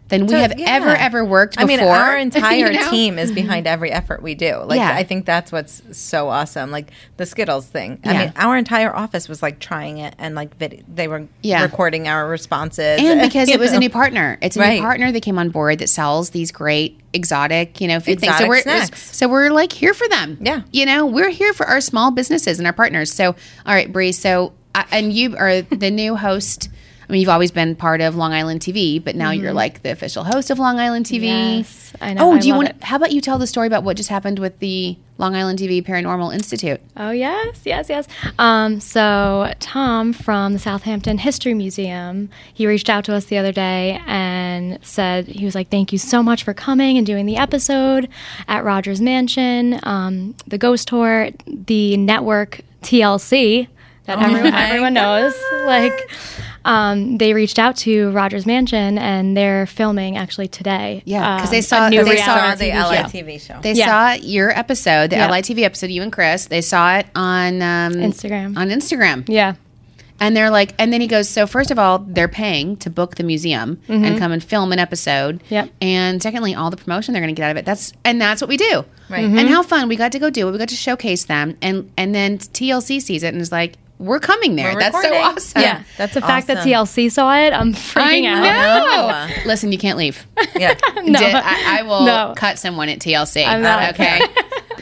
[SPEAKER 1] than we
[SPEAKER 2] So,
[SPEAKER 1] have
[SPEAKER 2] yeah.
[SPEAKER 1] ever, ever worked
[SPEAKER 2] I
[SPEAKER 1] before.
[SPEAKER 2] mean, our
[SPEAKER 1] you
[SPEAKER 2] entire
[SPEAKER 1] know?
[SPEAKER 2] team is behind every effort we do. Like,
[SPEAKER 1] Yeah.
[SPEAKER 2] I think that's what's so awesome. Like the Skittles thing. I
[SPEAKER 1] Yeah.
[SPEAKER 2] mean, our entire office was like trying it, and like vid- they were
[SPEAKER 1] Yeah.
[SPEAKER 2] recording our responses.
[SPEAKER 1] and because
[SPEAKER 2] you
[SPEAKER 1] it was a
[SPEAKER 2] know?
[SPEAKER 1] new partner it's a
[SPEAKER 2] Right.
[SPEAKER 1] new partner that came on board that sells these great exotic you know food things so
[SPEAKER 2] Exotic
[SPEAKER 1] we're
[SPEAKER 2] snacks.
[SPEAKER 1] so we're like here for them
[SPEAKER 2] Yeah.
[SPEAKER 1] you know we're here for our small businesses and our partners so all right Bree so I and you are the new host I mean you've always been part of Long Island TV but now you're like the official host of Long Island TV
[SPEAKER 3] Mm-hmm. Yes, I know.
[SPEAKER 1] oh
[SPEAKER 3] I
[SPEAKER 1] do you
[SPEAKER 3] love
[SPEAKER 1] want
[SPEAKER 3] it.
[SPEAKER 1] how about you tell the story about what just happened with the Long Island TV Paranormal Institute
[SPEAKER 3] Oh, yes, yes, yes. Um, so, Tom from the Southampton History Museum, he reached out to us the other day and said, he was like, Thank you so much for coming and doing the episode at Rogers Mansion, um, the ghost tour, the network TLC
[SPEAKER 1] Oh
[SPEAKER 3] that everyone, everyone knows. Like, um, they reached out to Rogers Mansion and they're filming actually today.
[SPEAKER 1] Yeah, 'cause
[SPEAKER 3] um,
[SPEAKER 1] they
[SPEAKER 3] a
[SPEAKER 1] saw-
[SPEAKER 3] new
[SPEAKER 1] they
[SPEAKER 2] They saw
[SPEAKER 1] reality
[SPEAKER 2] the
[SPEAKER 3] reality
[SPEAKER 2] LA
[SPEAKER 3] show.
[SPEAKER 2] TV show.
[SPEAKER 1] They
[SPEAKER 3] Yeah.
[SPEAKER 1] saw your episode, the
[SPEAKER 3] Yeah.
[SPEAKER 1] LITV episode, you and Chris. They saw it on um,
[SPEAKER 3] Instagram.
[SPEAKER 1] On Instagram,
[SPEAKER 3] Yeah.
[SPEAKER 1] and they're like, and then he goes, so first of all, they're paying to book the museum and come and film an episode.
[SPEAKER 3] Mm-hmm. Yep.
[SPEAKER 1] And secondly, all the promotion they're going to get out of it. That's and that's what we do. Right.
[SPEAKER 3] Mm-hmm.
[SPEAKER 1] And how fun we got to go do it. We got to showcase them, and and then TLC sees it and is like, we're coming there.
[SPEAKER 2] We're
[SPEAKER 1] that's so
[SPEAKER 2] recording."
[SPEAKER 1] awesome.
[SPEAKER 3] Yeah. That's the fact that
[SPEAKER 2] Awesome.
[SPEAKER 3] TLC saw it. I'm
[SPEAKER 1] I
[SPEAKER 3] freaking out.
[SPEAKER 1] know. Listen, you can't leave.
[SPEAKER 2] yeah.
[SPEAKER 1] Di- I, I will
[SPEAKER 3] No.
[SPEAKER 1] cut someone at TLC.
[SPEAKER 3] I'm not
[SPEAKER 1] okay.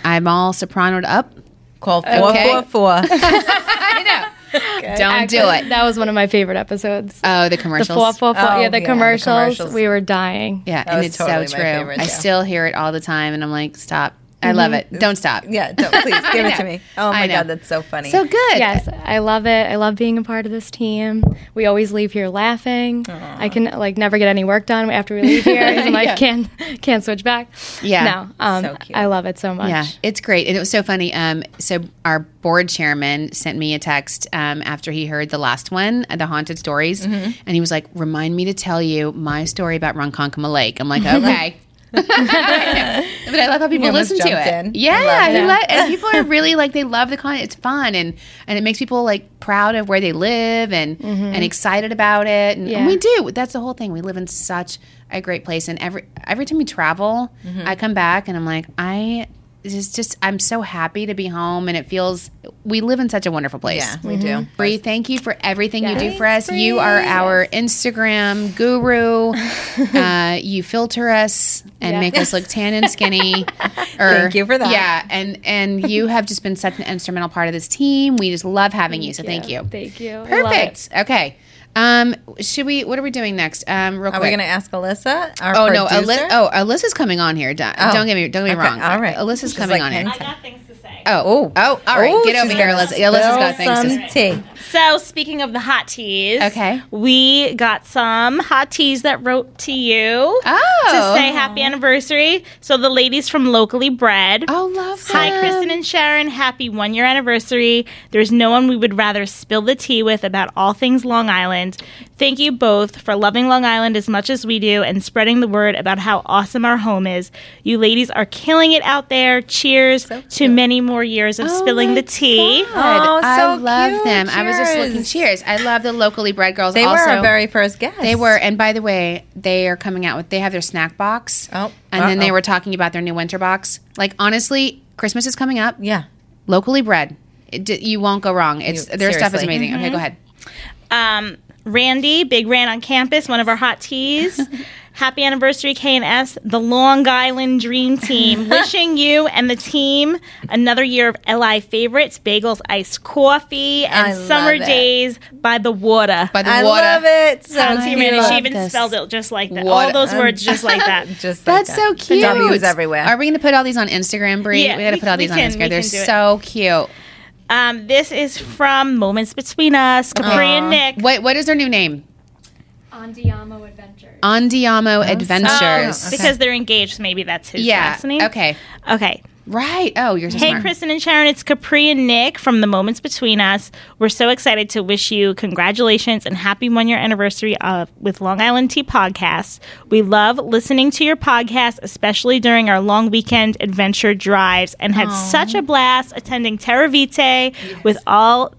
[SPEAKER 1] I'm all sopranoed up.
[SPEAKER 2] Call 444.
[SPEAKER 1] I know. Don't do
[SPEAKER 3] Actually,
[SPEAKER 1] it.
[SPEAKER 3] That was one of my favorite episodes.
[SPEAKER 1] Oh, the
[SPEAKER 3] the
[SPEAKER 1] commercials.
[SPEAKER 3] four, four, four.
[SPEAKER 2] Oh,
[SPEAKER 3] yeah,
[SPEAKER 2] yeah,
[SPEAKER 3] the
[SPEAKER 2] the
[SPEAKER 3] commercials,
[SPEAKER 2] commercials.
[SPEAKER 3] We were dying.
[SPEAKER 1] yeah,
[SPEAKER 2] That
[SPEAKER 1] and
[SPEAKER 2] was
[SPEAKER 1] it's
[SPEAKER 2] totally
[SPEAKER 1] so
[SPEAKER 2] my
[SPEAKER 1] true.
[SPEAKER 2] favorite,
[SPEAKER 1] I
[SPEAKER 2] too. Mm-hmm.
[SPEAKER 1] still hear it all the time, and I'm like, stop. I love it. Don't stop.
[SPEAKER 2] yeah, don't, please give it to me. Oh
[SPEAKER 1] I
[SPEAKER 2] my
[SPEAKER 1] know.
[SPEAKER 2] God, that's so funny.
[SPEAKER 1] So good.
[SPEAKER 3] Yes, I love it. I love being a part of this team. We always leave here laughing. I can like never get any work done after we leave here. I'm like, can can't switch back.
[SPEAKER 1] Yeah.
[SPEAKER 3] no, um,
[SPEAKER 2] So cute.
[SPEAKER 3] I love it so much.
[SPEAKER 1] Yeah, it's great. And it was so funny. Um, so our board chairman sent me a text um, after he heard the last one, uh, the haunted stories,
[SPEAKER 2] Mm-hmm.
[SPEAKER 1] and he was like, "Remind me to tell you my story about Ronkonkoma Lake." I'm like, "Okay." but I love how people
[SPEAKER 2] almost
[SPEAKER 1] listen to
[SPEAKER 2] jumped
[SPEAKER 1] it.
[SPEAKER 2] in.
[SPEAKER 1] Yeah,
[SPEAKER 2] I
[SPEAKER 1] he
[SPEAKER 3] it.
[SPEAKER 1] let- and people are really like they love the content. It's fun and and it makes people like proud of where they live and
[SPEAKER 2] Mm-hmm.
[SPEAKER 1] and excited about it. And, and
[SPEAKER 3] Yeah.
[SPEAKER 1] we do. That's the whole thing. We live in such a great place, and every every time we travel,
[SPEAKER 2] Mm-hmm.
[SPEAKER 1] I come back and I'm like, I this is just I'm so happy to be home, and it feels we live in such a wonderful place. Mm-hmm.
[SPEAKER 2] yeah, we do.
[SPEAKER 1] Bree, thank you for everything you do for us.
[SPEAKER 2] Thanks,
[SPEAKER 1] You are our Instagram guru. uh, you filter us and
[SPEAKER 3] Yeah.
[SPEAKER 1] make us look tan and skinny. Or-
[SPEAKER 2] Thank you for that.
[SPEAKER 1] Yeah, Uh, and and you have just been such an instrumental part of this team. We just love having you. So thank you.
[SPEAKER 3] Thank you. I love it.
[SPEAKER 1] Perfect. Okay. Um, should we? What are we doing next? Um, real
[SPEAKER 2] Are we
[SPEAKER 1] quick.
[SPEAKER 2] going to ask Alyssa? Our
[SPEAKER 1] Oh no!
[SPEAKER 2] producer?
[SPEAKER 1] Ali- oh, Alyssa's coming on here. Don't,
[SPEAKER 2] Oh.
[SPEAKER 1] don't get me. Don't get me
[SPEAKER 2] Okay,
[SPEAKER 1] wrong.
[SPEAKER 2] all right.
[SPEAKER 1] Alyssa's
[SPEAKER 2] She's
[SPEAKER 1] coming
[SPEAKER 2] like,
[SPEAKER 1] on here.
[SPEAKER 2] "Hang
[SPEAKER 4] I got things to say.
[SPEAKER 1] Oh, oh, all right.
[SPEAKER 2] Oh,
[SPEAKER 1] Get over
[SPEAKER 2] she's
[SPEAKER 1] here,
[SPEAKER 2] gonna
[SPEAKER 1] Alyssa. Alyssa's got
[SPEAKER 2] spill
[SPEAKER 1] things. to
[SPEAKER 2] some
[SPEAKER 1] say.
[SPEAKER 2] tea.
[SPEAKER 4] So speaking of the hot teas,
[SPEAKER 1] Okay.
[SPEAKER 4] we got some hot teas that wrote to you
[SPEAKER 1] Oh.
[SPEAKER 4] to say happy anniversary. So the ladies from Locally Bred.
[SPEAKER 1] Oh, love
[SPEAKER 4] Hi,
[SPEAKER 1] them.
[SPEAKER 4] Kristen and Sharon. Happy one year anniversary. There's no one we would rather spill the tea with about all things Long Island. Thank you both for loving Long Island as much as we do and spreading the word about how awesome our home is. You ladies are killing it out there. Cheers to many more years of
[SPEAKER 1] Oh
[SPEAKER 4] spilling
[SPEAKER 1] my
[SPEAKER 4] the tea.
[SPEAKER 1] God.
[SPEAKER 2] Oh,
[SPEAKER 1] I
[SPEAKER 2] so
[SPEAKER 1] love
[SPEAKER 2] cute.
[SPEAKER 1] them. I was just
[SPEAKER 2] Cheers.
[SPEAKER 1] looking. Cheers. I love the locally bred girls.
[SPEAKER 2] They
[SPEAKER 1] also,
[SPEAKER 2] were our very first guest.
[SPEAKER 1] They were, and by the way, they are coming out with. They have their snack box.
[SPEAKER 2] Oh,
[SPEAKER 1] and then they
[SPEAKER 2] uh-oh.
[SPEAKER 1] were talking about their new winter box. Like honestly, Christmas is coming up.
[SPEAKER 2] Yeah.
[SPEAKER 1] Locally bred, it, d- you won't go wrong. It's
[SPEAKER 2] You-
[SPEAKER 1] their stuff is
[SPEAKER 2] seriously. Mm-hmm.
[SPEAKER 1] amazing. Okay, go ahead.
[SPEAKER 4] um, Randy, Big Ran on campus, one of our hot teas. Happy anniversary, K&S, the Long Island Dream Team. Wishing you and the team another year of LI favorites, bagels, iced coffee, and
[SPEAKER 2] I love
[SPEAKER 4] summer
[SPEAKER 2] it.
[SPEAKER 4] days by the water.
[SPEAKER 1] By the
[SPEAKER 2] I
[SPEAKER 1] water.
[SPEAKER 2] love it. So
[SPEAKER 4] That's
[SPEAKER 1] I
[SPEAKER 4] your manage. She
[SPEAKER 1] love
[SPEAKER 4] even
[SPEAKER 1] this.
[SPEAKER 4] spelled it just like that.
[SPEAKER 2] Water.
[SPEAKER 4] All those words just like that.
[SPEAKER 2] Just
[SPEAKER 1] That's
[SPEAKER 2] like
[SPEAKER 1] so
[SPEAKER 2] that.
[SPEAKER 1] cute.
[SPEAKER 2] The W's everywhere.
[SPEAKER 1] Are we going to put all these on Instagram, Brie?
[SPEAKER 4] Yeah,
[SPEAKER 1] we got to
[SPEAKER 4] we-
[SPEAKER 1] put all
[SPEAKER 4] we
[SPEAKER 1] these
[SPEAKER 4] can-
[SPEAKER 1] on
[SPEAKER 4] we
[SPEAKER 1] Instagram.
[SPEAKER 4] can
[SPEAKER 1] They're
[SPEAKER 4] do it.
[SPEAKER 1] so cute.
[SPEAKER 4] Um, this is from Moments Between Us, Capri and Nick.
[SPEAKER 1] What What is their new name?
[SPEAKER 3] Andiamo Adventures.
[SPEAKER 2] Oh,
[SPEAKER 1] Andiamo
[SPEAKER 4] Um,
[SPEAKER 1] Adventures.
[SPEAKER 2] okay.
[SPEAKER 4] Because they're engaged, maybe that's his
[SPEAKER 1] Yeah.
[SPEAKER 4] last name.
[SPEAKER 1] Okay.
[SPEAKER 4] Okay.
[SPEAKER 1] Right. Oh, you're so
[SPEAKER 4] Hey,
[SPEAKER 1] smart.
[SPEAKER 4] Kristen and Sharon, it's Capri and Nick from The Moments Between Us. We're so excited to wish you congratulations and happy one year anniversary of with Long Island Tea Podcast. We love listening to your podcast, especially during our long weekend adventure drives, and had such a blast attending Terra Vitae with all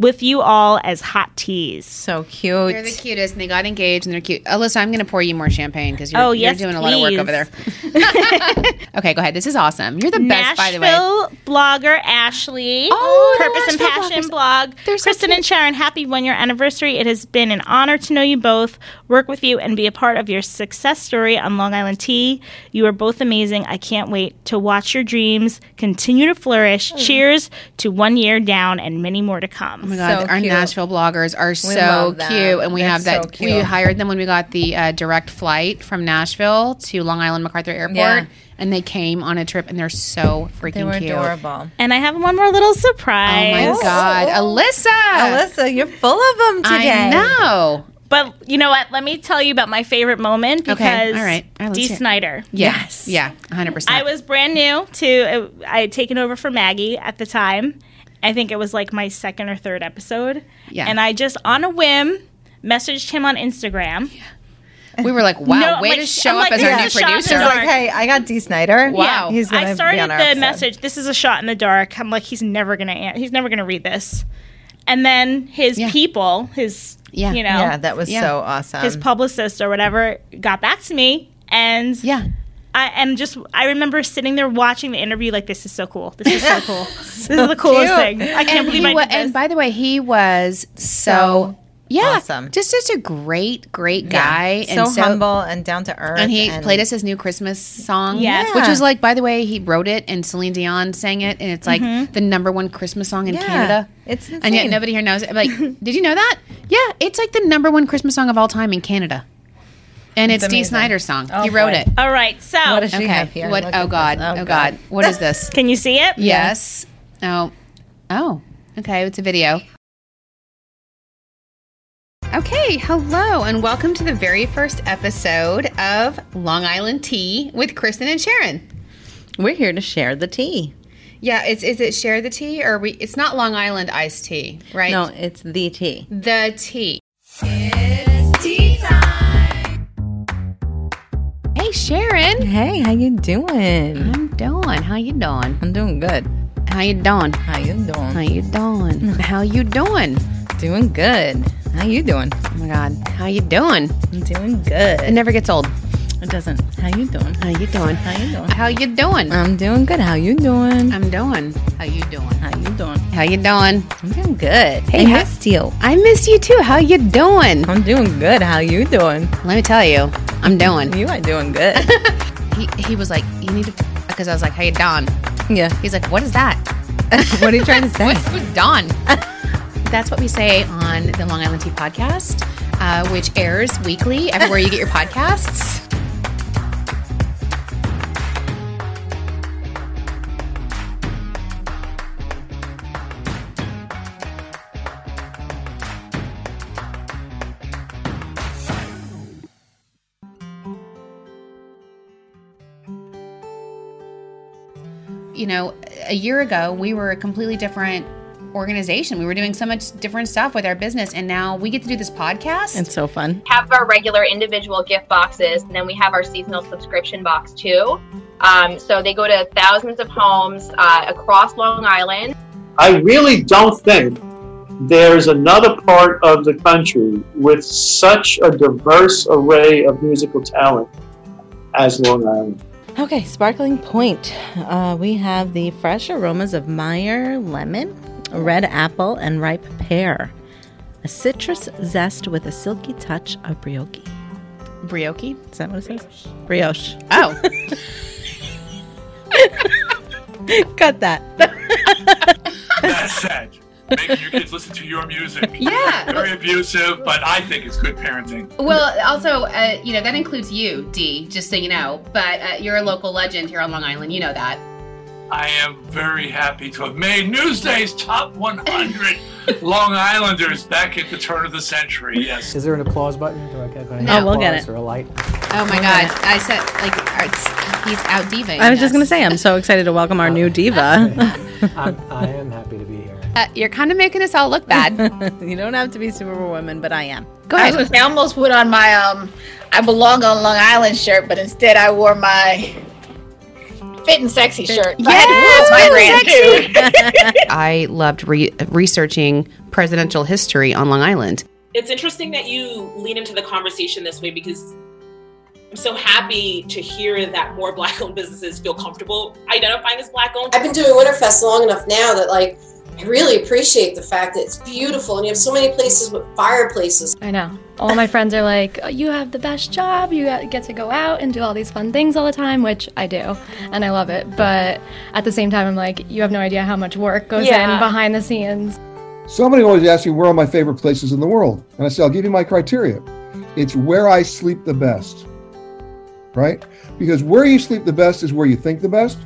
[SPEAKER 4] with you all as hot teas.
[SPEAKER 2] So cute.
[SPEAKER 1] They're the cutest, and they got engaged, and they're cute. Alyssa, I'm going to pour you more champagne because you're,
[SPEAKER 4] Oh,
[SPEAKER 1] you're
[SPEAKER 4] yes,
[SPEAKER 1] doing a lot of work
[SPEAKER 4] please.
[SPEAKER 1] over there. okay, go ahead. This is awesome. You're the best, by the way.
[SPEAKER 4] Nashville blogger Ashley.
[SPEAKER 1] Oh, the
[SPEAKER 4] Purpose and
[SPEAKER 1] Nashville
[SPEAKER 4] Passion
[SPEAKER 1] bloggers.
[SPEAKER 4] blog.
[SPEAKER 1] They're so
[SPEAKER 4] Kristen
[SPEAKER 1] cute.
[SPEAKER 4] and Sharon, happy one year anniversary. It has been an honor to know you both, work with you, and be a part of your success story on Long Island Tea. You are both amazing. I can't wait to watch your dreams continue to flourish. Cheers to one year down and many more to come.
[SPEAKER 1] Hmm. Oh my God,
[SPEAKER 2] So
[SPEAKER 1] our
[SPEAKER 2] cute.
[SPEAKER 1] Nashville bloggers are so
[SPEAKER 2] love them.
[SPEAKER 1] cute, and we
[SPEAKER 2] They're
[SPEAKER 1] have that.
[SPEAKER 2] so cute.
[SPEAKER 1] we hired them when we got the uh, direct flight from Nashville to Long Island MacArthur Airport,
[SPEAKER 2] Yeah.
[SPEAKER 1] and they came on a trip, and they're so freaking
[SPEAKER 2] They were
[SPEAKER 1] cute.
[SPEAKER 2] adorable.
[SPEAKER 4] And I have one more little
[SPEAKER 1] Oh my
[SPEAKER 4] surprise.
[SPEAKER 1] God, Alyssa!
[SPEAKER 2] Alyssa, you're full of them today.
[SPEAKER 1] I know.
[SPEAKER 4] But you know what? Let me tell you about my favorite moment because
[SPEAKER 1] all right. All right, let's
[SPEAKER 4] Dee
[SPEAKER 1] hear it.
[SPEAKER 4] Snyder.
[SPEAKER 1] Yes. Yeah, 100%.
[SPEAKER 4] I was brand new to. uh, I had taken over for Maggie at the time. I think it was like my second or third episode.
[SPEAKER 1] Yeah.
[SPEAKER 4] And I just on a whim messaged him on Instagram.
[SPEAKER 1] we were like, wow,
[SPEAKER 4] No,
[SPEAKER 1] way
[SPEAKER 4] like,
[SPEAKER 1] to show
[SPEAKER 4] I'm
[SPEAKER 1] up
[SPEAKER 4] like,
[SPEAKER 1] as our
[SPEAKER 4] this is
[SPEAKER 1] new
[SPEAKER 4] a shot in the
[SPEAKER 1] producer.
[SPEAKER 2] She's like,
[SPEAKER 4] dark.
[SPEAKER 2] hey, I got D. Snyder.
[SPEAKER 1] Wow.
[SPEAKER 2] He's gonna
[SPEAKER 4] I started
[SPEAKER 2] be on
[SPEAKER 4] the
[SPEAKER 2] our episode.
[SPEAKER 4] message. This is a shot in the dark. I'm like, he's never gonna. an- He's never gonna read this. And then his
[SPEAKER 1] Yeah.
[SPEAKER 4] people, his
[SPEAKER 1] Yeah.
[SPEAKER 4] you know,
[SPEAKER 2] Yeah, that was
[SPEAKER 1] Yeah.
[SPEAKER 2] so awesome.
[SPEAKER 4] his publicist or whatever, got back to me and
[SPEAKER 1] yeah.
[SPEAKER 4] I am just I remember sitting there watching the interview like this is so cool. This is so cool. this is the coolest
[SPEAKER 2] cute.
[SPEAKER 4] thing. I can't believe
[SPEAKER 1] he
[SPEAKER 4] I
[SPEAKER 1] wa-
[SPEAKER 4] did this.
[SPEAKER 1] and by the way, he was so,
[SPEAKER 2] So
[SPEAKER 1] yeah,
[SPEAKER 2] awesome.
[SPEAKER 1] just such a great, great
[SPEAKER 2] Yeah.
[SPEAKER 1] guy,
[SPEAKER 2] so, humble and down to earth.
[SPEAKER 1] And he played us his new Christmas song,
[SPEAKER 4] Yes.
[SPEAKER 1] which
[SPEAKER 2] Yeah.
[SPEAKER 1] was like, by the way, he wrote it and Celine Dion sang it, and it's like
[SPEAKER 4] Mm-hmm.
[SPEAKER 1] the number one Christmas song in
[SPEAKER 2] Yeah.
[SPEAKER 1] Canada.
[SPEAKER 2] It's insane.
[SPEAKER 1] and yet nobody here knows it. Like, did you know that? Yeah, it's like the number one Christmas song of all time in Canada, and it's, Dee
[SPEAKER 2] amazing.
[SPEAKER 1] Snyder's song.
[SPEAKER 2] Oh,
[SPEAKER 1] he wrote
[SPEAKER 2] boy.
[SPEAKER 1] it.
[SPEAKER 4] All right, so
[SPEAKER 2] What does she
[SPEAKER 1] Okay.
[SPEAKER 2] have here?
[SPEAKER 1] What?
[SPEAKER 2] Look at
[SPEAKER 1] Oh
[SPEAKER 2] this.
[SPEAKER 1] God. Oh, God. What is this?
[SPEAKER 4] can you see it?
[SPEAKER 1] Yes. Oh. Oh. Okay. It's a video. Okay. Hello, and welcome to the very first episode of Long Island Tea with Kristen and Sharon.
[SPEAKER 2] We're here to share the tea.
[SPEAKER 1] Yeah. It's is it share the tea or we? It's not Long Island iced tea, right?
[SPEAKER 2] No, it's the tea.
[SPEAKER 1] The tea. It's tea time. Hey, Sharon.
[SPEAKER 2] Hey, how you doing?
[SPEAKER 1] I'm doing. How you doing?
[SPEAKER 2] I'm doing good.
[SPEAKER 1] How you doing?
[SPEAKER 2] How you
[SPEAKER 1] How
[SPEAKER 2] doing?
[SPEAKER 1] you doing? How you doing?
[SPEAKER 2] Doing good. How you doing?
[SPEAKER 1] Oh my God. How you doing?
[SPEAKER 2] I'm doing
[SPEAKER 1] It
[SPEAKER 2] good.
[SPEAKER 1] never gets old.
[SPEAKER 2] It doesn't. How you doing?
[SPEAKER 1] How you doing?
[SPEAKER 2] How you doing?
[SPEAKER 1] How you doing?
[SPEAKER 2] I'm doing good. How you doing?
[SPEAKER 1] I'm doing. How you doing?
[SPEAKER 2] How you doing?
[SPEAKER 1] How you doing?
[SPEAKER 2] I'm doing good.
[SPEAKER 1] Hey,
[SPEAKER 2] I
[SPEAKER 1] how-
[SPEAKER 2] missed you.
[SPEAKER 1] I miss you too. How you doing?
[SPEAKER 2] I'm doing good. How you doing?
[SPEAKER 1] Let me tell you, I'm doing.
[SPEAKER 2] You are doing good.
[SPEAKER 1] He, he was like, you need to, because I was like, hey, Don.
[SPEAKER 2] yeah.
[SPEAKER 1] He's like, what is that?
[SPEAKER 2] what are you trying to say?
[SPEAKER 1] What was Don? That's what we say on the Long Island Tea podcast, uh, which airs weekly everywhere you get your podcasts. you know, a year ago, we were a completely different organization. We were doing so much different stuff with our business, and now we get to do this podcast.
[SPEAKER 2] It's so fun.
[SPEAKER 6] have our regular individual gift boxes, and then we have our seasonal subscription box too. Um, so they go to thousands of homes uh, across Long Island.
[SPEAKER 7] I really don't think there's another part of the country with such a diverse array of musical talent as Long Island.
[SPEAKER 2] Okay, sparkling point. Uh, we have the fresh aromas of Meyer lemon, red apple, and ripe pear. A citrus zest with a silky touch of brioche.
[SPEAKER 1] Brioche.
[SPEAKER 2] Is that what it says? Brioche.
[SPEAKER 1] Oh,
[SPEAKER 2] Cut that.
[SPEAKER 8] That's sad. Making your kids listen to your music.
[SPEAKER 1] Yeah.
[SPEAKER 8] Very abusive, but I think it's good parenting.
[SPEAKER 1] well, also, uh, you know, that includes you, D, just so you know. But uh, you're a local legend here on Long Island. You know that.
[SPEAKER 8] I am very happy to have made Newsday's top 100 Long Islanders back at the turn of the century. Yes.
[SPEAKER 9] Is there an applause button? Do I get an
[SPEAKER 1] No.
[SPEAKER 2] Oh, we'll get
[SPEAKER 9] applause
[SPEAKER 2] it.
[SPEAKER 9] Or a light?
[SPEAKER 1] Oh my God. I said, like, arts- he's out diving.
[SPEAKER 2] I was just going to say, I'm so excited to welcome our new diva.
[SPEAKER 9] I'm, I am happy to be here.
[SPEAKER 1] Uh, you're kind of making us all look bad.
[SPEAKER 2] you don't have to be Superwoman, but I am.
[SPEAKER 1] Go
[SPEAKER 10] I
[SPEAKER 1] ahead.
[SPEAKER 10] was gonna say, I almost put on my um, I belong on Long Island shirt, but instead I wore my fit and sexy shirt. So I had to
[SPEAKER 1] Yes,
[SPEAKER 10] pull my
[SPEAKER 1] Fit and
[SPEAKER 10] brand
[SPEAKER 1] Sexy.
[SPEAKER 10] too.
[SPEAKER 1] I loved re- researching presidential history on Long Island.
[SPEAKER 11] it's interesting that you lean into the conversation this way because I'm so happy to hear that more black owned businesses feel comfortable identifying as black owned.
[SPEAKER 12] I've been doing Winterfest long enough now that like I really appreciate the fact that it's beautiful and you have so many places with fireplaces.
[SPEAKER 3] I know. All my friends are like, "Oh, you have the best job. You get to go out and do all these fun things all the time, which I do, and I love it. But at the same time, I'm like, you have no idea how much work goes
[SPEAKER 4] Yeah.
[SPEAKER 3] in behind the scenes.
[SPEAKER 10] Somebody always asks me where are my favorite places in the world, and I say I'll give you my criteria. It's where I sleep the best, right? Because where you sleep the best is where you think the best,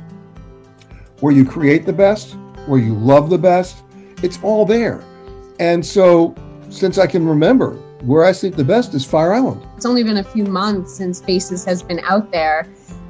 [SPEAKER 10] where you create the best, where you love the best. It's all there. And so, since I can remember, where I sleep the best is Fire Island.
[SPEAKER 12] It's only been a few months since Faces has been out there,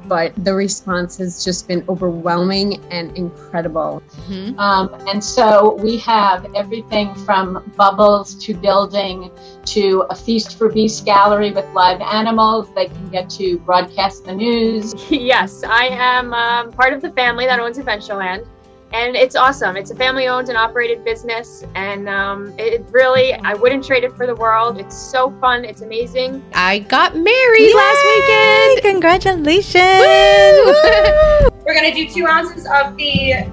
[SPEAKER 12] but the response has just been overwhelming and incredible.
[SPEAKER 1] Mm-hmm.
[SPEAKER 10] Um, and so we have everything from bubbles to building to a feast for beast gallery with live animals. They can get to broadcast the news. Yes, I am um, part of the family that owns Adventureland. And it's awesome. It's a family owned and operated business. And um, it really, I wouldn't trade it for the world. It's so fun. It's amazing.
[SPEAKER 1] I got married last weekend.
[SPEAKER 2] Congratulations.
[SPEAKER 6] We're going to do two ounces of the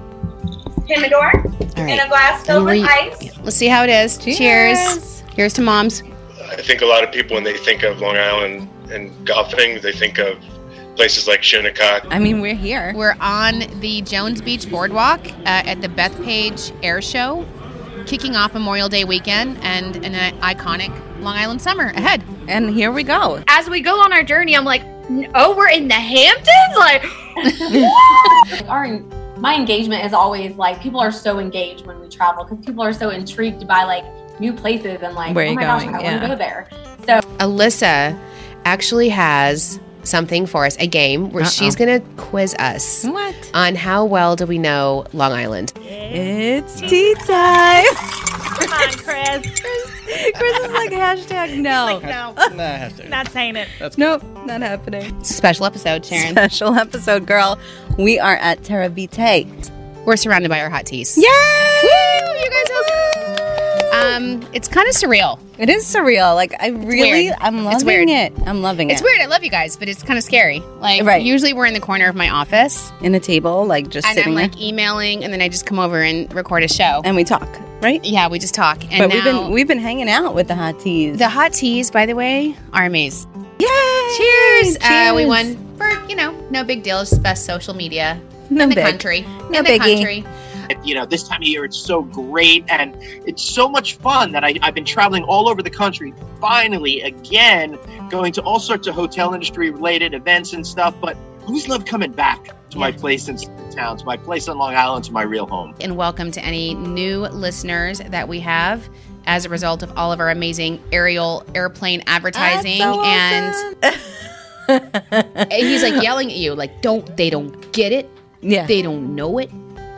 [SPEAKER 6] Pomodoro
[SPEAKER 1] All
[SPEAKER 6] in
[SPEAKER 1] right.
[SPEAKER 6] a glass filled
[SPEAKER 1] Lori-
[SPEAKER 6] with ice.
[SPEAKER 1] Let's see how it is. Cheers. Here's to moms.
[SPEAKER 10] I think a lot of people, when they think of Long Island and golfing, they think of places like Shinnecock.
[SPEAKER 2] I mean, we're here.
[SPEAKER 1] We're on the Jones Beach Boardwalk uh, at the Bethpage Air Show, kicking off Memorial Day weekend and an iconic Long Island summer ahead.
[SPEAKER 2] And here we go.
[SPEAKER 6] as we go on our journey, I'm like, oh, we're in the Hamptons? Like, our, my engagement is always like, people are so engaged when we travel because people are so intrigued by like new places and like,
[SPEAKER 2] Where
[SPEAKER 6] oh
[SPEAKER 2] you
[SPEAKER 6] my
[SPEAKER 2] going?"
[SPEAKER 6] gosh, I
[SPEAKER 2] Yeah.
[SPEAKER 6] want to go there.
[SPEAKER 1] Alyssa actually has something for us, a game where
[SPEAKER 2] Uh-oh.
[SPEAKER 1] she's going to quiz us
[SPEAKER 2] What?
[SPEAKER 1] on how well do we know Long Island.
[SPEAKER 2] It's tea time.
[SPEAKER 4] Come on, Chris.
[SPEAKER 2] Chris is like, hashtag no.
[SPEAKER 4] No,
[SPEAKER 5] Nah,
[SPEAKER 4] not saying it.
[SPEAKER 2] Nope, not happening.
[SPEAKER 1] Special episode, Sharon.
[SPEAKER 2] Special episode, girl. We are at Terra Vite.
[SPEAKER 1] We're surrounded by our hot teas.
[SPEAKER 2] Yay!
[SPEAKER 1] You guys are- Um, it's kind of surreal.
[SPEAKER 2] It is surreal. Like I really,
[SPEAKER 1] weird.
[SPEAKER 2] I'm loving
[SPEAKER 1] It's weird.
[SPEAKER 2] it. I'm loving
[SPEAKER 1] It's
[SPEAKER 2] it.
[SPEAKER 1] weird. I love you guys, but it's kind of scary. Like,
[SPEAKER 2] Right.
[SPEAKER 1] usually we're in the corner of my office
[SPEAKER 2] In a table, like just
[SPEAKER 1] and
[SPEAKER 2] sitting
[SPEAKER 1] I'm
[SPEAKER 2] there,
[SPEAKER 1] like emailing, and then I just come over and record a show.
[SPEAKER 2] and we talk, right?
[SPEAKER 1] yeah, we just talk. And
[SPEAKER 2] but we've
[SPEAKER 1] now-
[SPEAKER 2] been we've been hanging out with the hot teas.
[SPEAKER 1] the hot teas, by the way, are amazing.
[SPEAKER 2] Yay!
[SPEAKER 1] Cheers! Uh, we
[SPEAKER 2] Cheers.
[SPEAKER 1] won for you know no big deal. It's best social media
[SPEAKER 2] No
[SPEAKER 1] in the
[SPEAKER 2] big.
[SPEAKER 1] country.
[SPEAKER 2] No
[SPEAKER 1] in the
[SPEAKER 2] biggie.
[SPEAKER 1] country.
[SPEAKER 10] you know this time of year it's so great and it's so much fun that I, i've been traveling all over the country finally again going to all sorts of hotel industry related events and stuff but I always love coming back to my place in town to my place on long island to my real home
[SPEAKER 1] And welcome to any new listeners that we have as a result of all of our amazing aerial airplane advertising and.
[SPEAKER 2] and
[SPEAKER 1] And he's like yelling at you, like, don't they don't get it?
[SPEAKER 2] Yeah.
[SPEAKER 1] They don't know it.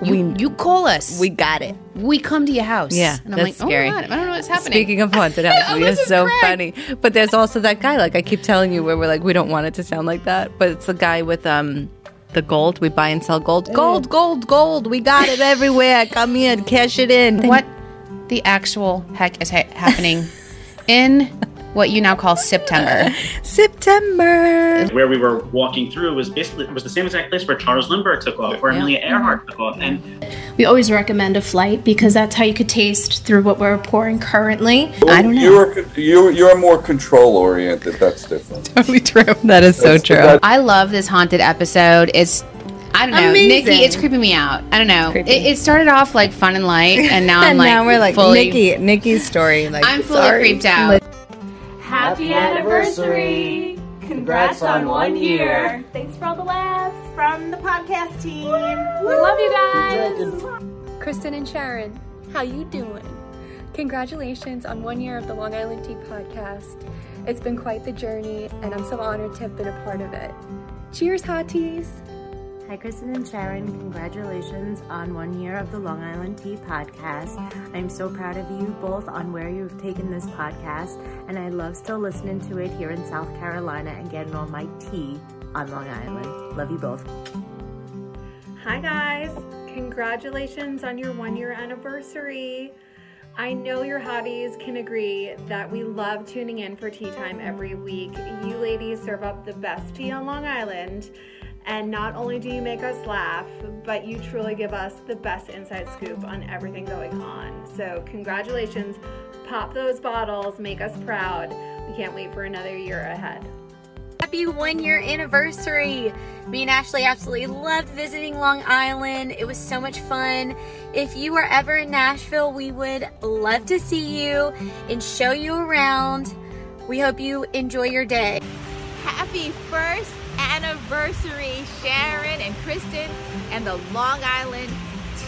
[SPEAKER 1] You,
[SPEAKER 2] We-
[SPEAKER 1] you call us. We
[SPEAKER 2] got it.
[SPEAKER 1] We come to your house.
[SPEAKER 2] Yeah,
[SPEAKER 1] And I'm
[SPEAKER 2] that's
[SPEAKER 1] like,
[SPEAKER 2] scary.
[SPEAKER 1] oh my God, I don't know what's happening.
[SPEAKER 2] Speaking of haunted houses,
[SPEAKER 1] Alyssa's
[SPEAKER 2] it's so
[SPEAKER 1] Craig.
[SPEAKER 2] funny. But there's also that guy, like I keep telling you, where we're like, we don't want it to sound like that. But it's the guy with um the gold. We buy and sell gold. Gold, gold, gold. We got it everywhere. Come in, cash it in.
[SPEAKER 1] What the actual heck is ha- happening in what you now call September?
[SPEAKER 2] September.
[SPEAKER 13] Where we were walking through was basically was the same exact place where Charles Lindbergh took off, where Amelia Earhart took off, and
[SPEAKER 14] We always recommend a flight because that's how you could taste through what we're pouring currently.
[SPEAKER 2] Oh,
[SPEAKER 15] I don't know. You're you're, you're more control oriented. That's different.
[SPEAKER 2] Totally true. That is so
[SPEAKER 15] That's-
[SPEAKER 2] true.
[SPEAKER 15] that-
[SPEAKER 1] I love this haunted episode. It's I don't know,
[SPEAKER 2] Amazing.
[SPEAKER 1] Nikki. It's creeping me out. I don't know. It,
[SPEAKER 2] creepy.
[SPEAKER 1] it started off like fun and light, and now I'm
[SPEAKER 2] And
[SPEAKER 1] like
[SPEAKER 2] now we're like
[SPEAKER 1] fully,
[SPEAKER 2] Nikki. Nikki's story. Like
[SPEAKER 1] I'm fully
[SPEAKER 2] sorry.
[SPEAKER 1] creeped out.
[SPEAKER 14] Happy anniversary!
[SPEAKER 2] Congrats on one year.
[SPEAKER 14] Thanks for all the laughs from the podcast team. We love you guys.
[SPEAKER 16] Kristen and Sharon, how you doing? Congratulations on one year of the Long Island Tea Podcast. It's been quite the journey, and I'm so honored to have been a part of it. Cheers, hotties!
[SPEAKER 17] Hi, Kristen and Sharon. Congratulations on one year of the Long Island Tea podcast. I'm so proud of you both on where you've taken this podcast, and I love still listening to it here in South Carolina and getting all my tea on Long Island. Love you both.
[SPEAKER 18] Hi, guys. Congratulations on your one year anniversary. I know your hotties can agree that we love tuning in for tea time every week. You ladies serve up the best tea on Long Island. And not only do you make us laugh, but you truly give us the best inside scoop on everything going on. So, congratulations. Pop those bottles, make us proud. We can't wait for another year ahead.
[SPEAKER 19] Happy one year anniversary! Me and Ashley absolutely loved visiting Long Island. It was so much fun. If you are ever in Nashville, we would love to see you and show you around. We hope you enjoy your day.
[SPEAKER 20] Happy first anniversary, Sharon and Kristen, and the Long Island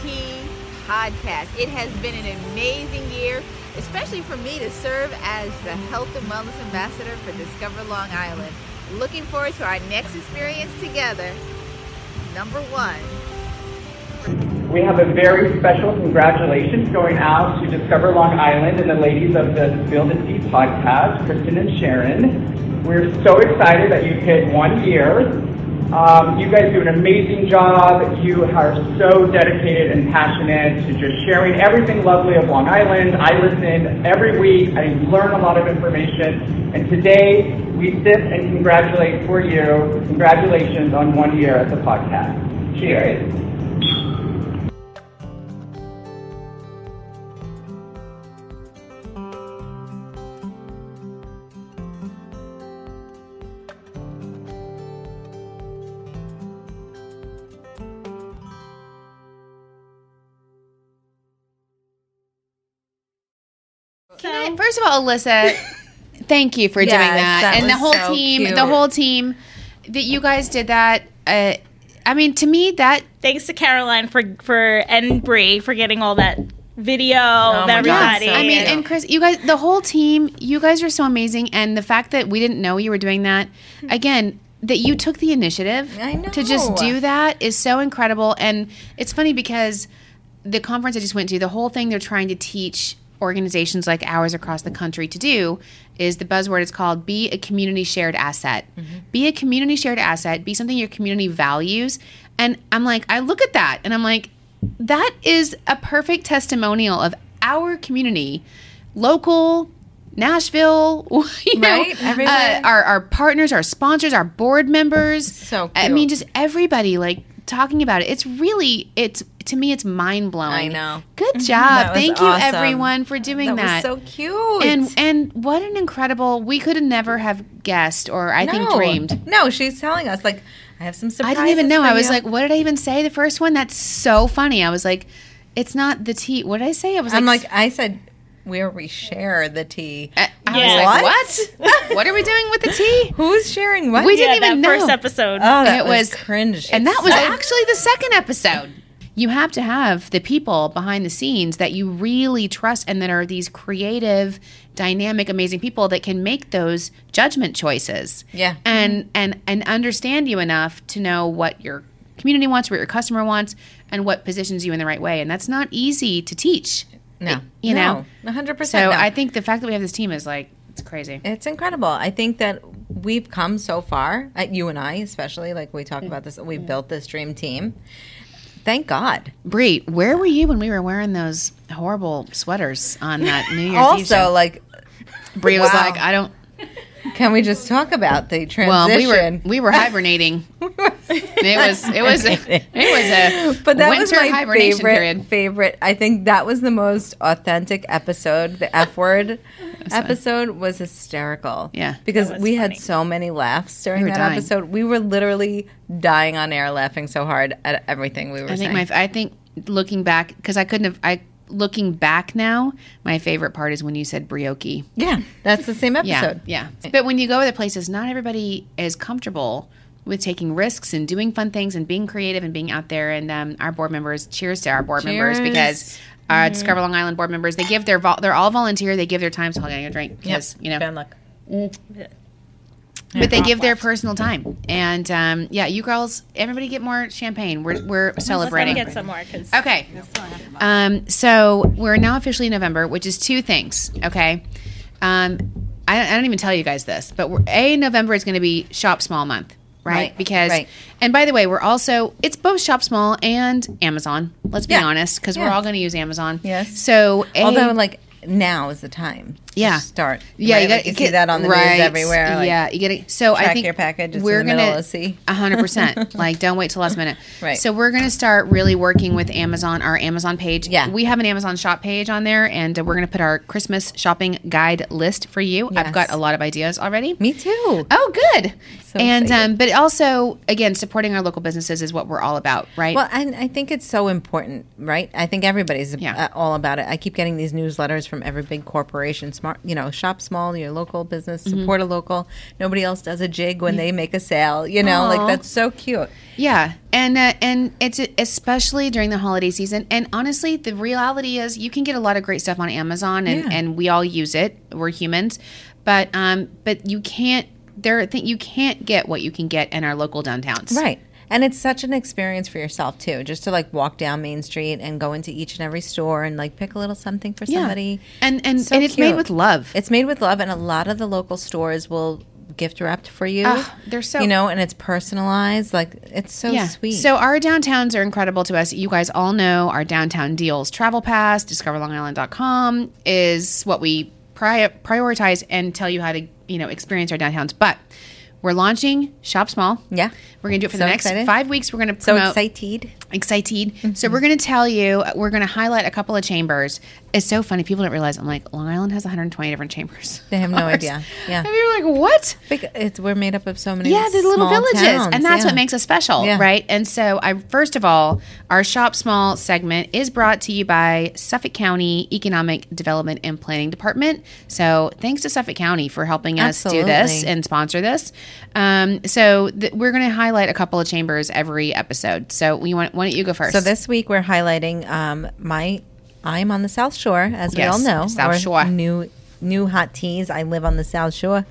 [SPEAKER 20] Tea Podcast. It has been an amazing year, especially for me to serve as the Health and Wellness Ambassador for Discover Long Island. Looking forward to our next experience together. Number one.
[SPEAKER 21] We have a very special congratulations going out to Discover Long Island and the ladies of the Build and Tea podcast, Kristen and Sharon. We're so excited that you hit one year. Um, you guys do an amazing job. You are so dedicated and passionate to just sharing everything lovely of Long Island. I listen every week. I learn a lot of information. And today, we sit and congratulate for you. Congratulations on one year at the podcast. Cheers.
[SPEAKER 1] Can I- first of all, Alyssa, thank you for
[SPEAKER 2] Yes,
[SPEAKER 1] doing that,
[SPEAKER 2] that
[SPEAKER 1] and the
[SPEAKER 2] was
[SPEAKER 1] whole
[SPEAKER 2] so
[SPEAKER 1] team,
[SPEAKER 2] cute.
[SPEAKER 1] the whole team that you guys did that. Uh, I mean, to me, that
[SPEAKER 4] Thanks to Caroline for for and Bree for getting all that video of everybody.
[SPEAKER 1] Yes. Oh I mean, and Chris, you guys, the whole team, you guys are so amazing. And the fact that we didn't know you were doing that, again, that you took the initiative to just do that is so incredible. And it's funny because the conference I just went to, the whole thing they're trying to teach organizations like ours across the country to do is the buzzword is called be a community shared asset. Be a community shared asset, be something your community values. And I'm like, I look at that and I'm like, that is a perfect testimonial of our community, local, Nashville, you
[SPEAKER 2] Right?
[SPEAKER 1] know, uh,
[SPEAKER 2] Everywhere.
[SPEAKER 1] our our partners, our sponsors, our board members. So I
[SPEAKER 2] cute.
[SPEAKER 1] mean, just everybody like talking about it. It's really it's to me it's mind blowing. I know. Good job.
[SPEAKER 2] Mm-hmm. That was
[SPEAKER 1] Thank you
[SPEAKER 2] awesome.
[SPEAKER 1] everyone for doing that.
[SPEAKER 2] That was so cute.
[SPEAKER 1] and and what an incredible we could never have guessed or I think
[SPEAKER 2] No.
[SPEAKER 1] dreamed.
[SPEAKER 2] No, she's telling us like I have some
[SPEAKER 1] I
[SPEAKER 2] surprises.
[SPEAKER 1] didn't even know.
[SPEAKER 2] for
[SPEAKER 1] I was
[SPEAKER 2] you.
[SPEAKER 1] like, what did I even say the first one? That's so funny. I was like, it's not the tea. What did I say? I was
[SPEAKER 2] I'm
[SPEAKER 1] like, Eh,
[SPEAKER 2] like, I said where we share the tea.
[SPEAKER 1] I was like, what? what are we doing with the tea?
[SPEAKER 2] Who's sharing what?
[SPEAKER 1] We didn't even know.
[SPEAKER 2] Oh, that
[SPEAKER 1] it
[SPEAKER 2] was,
[SPEAKER 1] was,
[SPEAKER 2] cringe.
[SPEAKER 1] And that
[SPEAKER 2] It's
[SPEAKER 1] was
[SPEAKER 2] so-
[SPEAKER 1] actually the second episode. You have to have the people behind the scenes that you really trust and that are these creative, dynamic, amazing people that can make those judgment choices
[SPEAKER 2] yeah.
[SPEAKER 1] and and and understand you enough to know what your community wants, what your customer wants, and what positions you in the right way. And that's not easy to teach.
[SPEAKER 2] No.
[SPEAKER 1] You know?
[SPEAKER 2] No, 100%.
[SPEAKER 1] So
[SPEAKER 2] no.
[SPEAKER 1] I think the fact that we have this team is like, it's crazy.
[SPEAKER 2] It's incredible. I think that we've come so far, uh, you and I especially, like we
[SPEAKER 1] Mm,
[SPEAKER 2] talk about this, we built this dream team. Thank God.
[SPEAKER 1] Bree, where were you when we were wearing those horrible sweaters on that New Year's Eve?
[SPEAKER 2] Also,
[SPEAKER 1] show?
[SPEAKER 2] like,
[SPEAKER 1] Bree was
[SPEAKER 2] wow.
[SPEAKER 1] like, I don't.
[SPEAKER 2] Can we just talk about the transition?
[SPEAKER 1] Well, we were we were hibernating. it was it was a, it was a
[SPEAKER 2] but that
[SPEAKER 1] winter
[SPEAKER 2] was my
[SPEAKER 1] hibernation
[SPEAKER 2] favorite,
[SPEAKER 1] period.
[SPEAKER 2] Favorite. I think that was the most authentic episode. The F word episode was hysterical.
[SPEAKER 1] Yeah.
[SPEAKER 2] because we had so many laughs during
[SPEAKER 1] We were
[SPEAKER 2] that
[SPEAKER 1] dying.
[SPEAKER 2] episode. We were literally dying on air, laughing so hard at everything we were.
[SPEAKER 1] I think
[SPEAKER 2] saying.
[SPEAKER 1] my I think looking back because I couldn't have I looking back now my favorite part is when you said brioche.
[SPEAKER 2] yeah, that's the same episode.
[SPEAKER 1] Yeah, yeah. But when you go other places, not everybody is comfortable with taking risks and doing fun things and being creative and being out there. And um, our board members, cheers to our board members
[SPEAKER 2] Cheers.
[SPEAKER 1] because our
[SPEAKER 2] Mhm.
[SPEAKER 1] Discover Long Island board members, they give their vol- they're all volunteer. They give their time. So I'm getting a drink because you know.
[SPEAKER 2] Bad luck.
[SPEAKER 1] But they give their personal time, and um, yeah, you girls, everybody get more champagne. We're we're celebrating.
[SPEAKER 4] Let's get some more. 'cause-
[SPEAKER 1] Okay. Um, so we're now officially in November, which is two things. Okay. Um, I, I don't even tell you guys this, but we're, a November is going to be shop small month, right?
[SPEAKER 2] Right,
[SPEAKER 1] Because,
[SPEAKER 2] right.
[SPEAKER 1] and by the way, we're also it's both shop small and Amazon. Let's be
[SPEAKER 2] Yeah.
[SPEAKER 1] honest, because we're
[SPEAKER 2] Yeah.
[SPEAKER 1] all going to use Amazon.
[SPEAKER 2] Yes.
[SPEAKER 1] So, a,
[SPEAKER 2] Although, like now is the time. to
[SPEAKER 1] Yeah.
[SPEAKER 2] start.
[SPEAKER 1] yeah,
[SPEAKER 2] right?
[SPEAKER 1] you, gotta
[SPEAKER 2] Like, you see
[SPEAKER 1] get-
[SPEAKER 2] that on the
[SPEAKER 1] right,
[SPEAKER 2] news everywhere. like,
[SPEAKER 1] yeah, you get it. So I
[SPEAKER 2] track
[SPEAKER 1] think
[SPEAKER 2] your package. It's
[SPEAKER 1] we're
[SPEAKER 2] in the middle
[SPEAKER 1] gonna uh,
[SPEAKER 2] of the sea.
[SPEAKER 1] hundred percent. Like, don't wait till last minute.
[SPEAKER 2] Right.
[SPEAKER 1] So we're gonna start really working with Amazon, our Amazon page. Yeah. We have an Amazon shop page on there, and uh, we're gonna put our Christmas shopping guide list for you. I've got a lot of ideas already.
[SPEAKER 2] Me too.
[SPEAKER 1] Oh, good.
[SPEAKER 2] So
[SPEAKER 1] and
[SPEAKER 2] excited.
[SPEAKER 1] um, but also again, supporting our local businesses is what we're all about, right?
[SPEAKER 2] Well, and I think it's so important, right? I think everybody's uh, all about it. I keep getting these newsletters from every big corporation. Smart, you know, shop small, your local business,
[SPEAKER 1] Mhm.
[SPEAKER 2] support a local. Nobody else does a jig when they make a sale. You know,
[SPEAKER 1] Mm. Aw.
[SPEAKER 2] like that's so cute.
[SPEAKER 1] Yeah, and uh, and it's especially during the holiday season. And honestly, the reality is you can get a lot of great stuff on Amazon, and,
[SPEAKER 2] Yeah.
[SPEAKER 1] and we all use it. We're humans, but um, but you can't there are thi- you can't get what you can get in our local downtowns.
[SPEAKER 2] Right. And it's such an experience for yourself too, just to like walk down Main Street and go into each and every store and like pick a little something for
[SPEAKER 1] Yeah.
[SPEAKER 2] somebody.
[SPEAKER 1] And and, and it's made
[SPEAKER 2] cute.
[SPEAKER 1] with love.
[SPEAKER 2] It's made with love, and a lot of the local stores will gift wrapped for you.
[SPEAKER 1] Ugh, Ah, they're so-
[SPEAKER 2] you know, and it's personalized. Like it's so sweet.
[SPEAKER 1] So our downtowns are incredible to us. You guys all know our downtown deals. Travel Pass, discoverlongisland.com is what we pri- prioritize and tell you how to, you know, experience our downtowns. But we're launching Shop Small.
[SPEAKER 2] Yeah.
[SPEAKER 1] We're going to do it for
[SPEAKER 2] So
[SPEAKER 1] the next
[SPEAKER 2] excited.
[SPEAKER 1] five weeks. We're going to
[SPEAKER 2] So Mm-hmm.
[SPEAKER 1] promote.
[SPEAKER 2] excited.
[SPEAKER 1] Excited. So we're going to tell you, we're going to highlight a couple of chambers. It's so funny. People don't realize, I'm like, Long Island has 120 different chambers.
[SPEAKER 2] They have no
[SPEAKER 1] Ours.
[SPEAKER 2] idea. Yeah.
[SPEAKER 1] And you're like, what?
[SPEAKER 2] It's we're made up of so many.
[SPEAKER 1] Yeah, the little
[SPEAKER 2] small
[SPEAKER 1] villages,
[SPEAKER 2] towns,
[SPEAKER 1] and that's
[SPEAKER 2] yeah.
[SPEAKER 1] what makes us special,
[SPEAKER 2] Yeah.
[SPEAKER 1] right? And so, I first of all, our shop small segment is brought to you by Suffolk County Economic Development and Planning Department. So, thanks to Suffolk County for helping us do this
[SPEAKER 2] Absolutely.
[SPEAKER 1] and sponsor this. Um, so, th- we're going to highlight a couple of chambers every episode. So, we want why don't you go first?
[SPEAKER 2] So this week we're highlighting um, my. I'm on the South Shore, as we
[SPEAKER 1] Yes,
[SPEAKER 2] all know.
[SPEAKER 1] South
[SPEAKER 2] or
[SPEAKER 1] Shore.
[SPEAKER 2] New new hot teas. I live on the South Shore,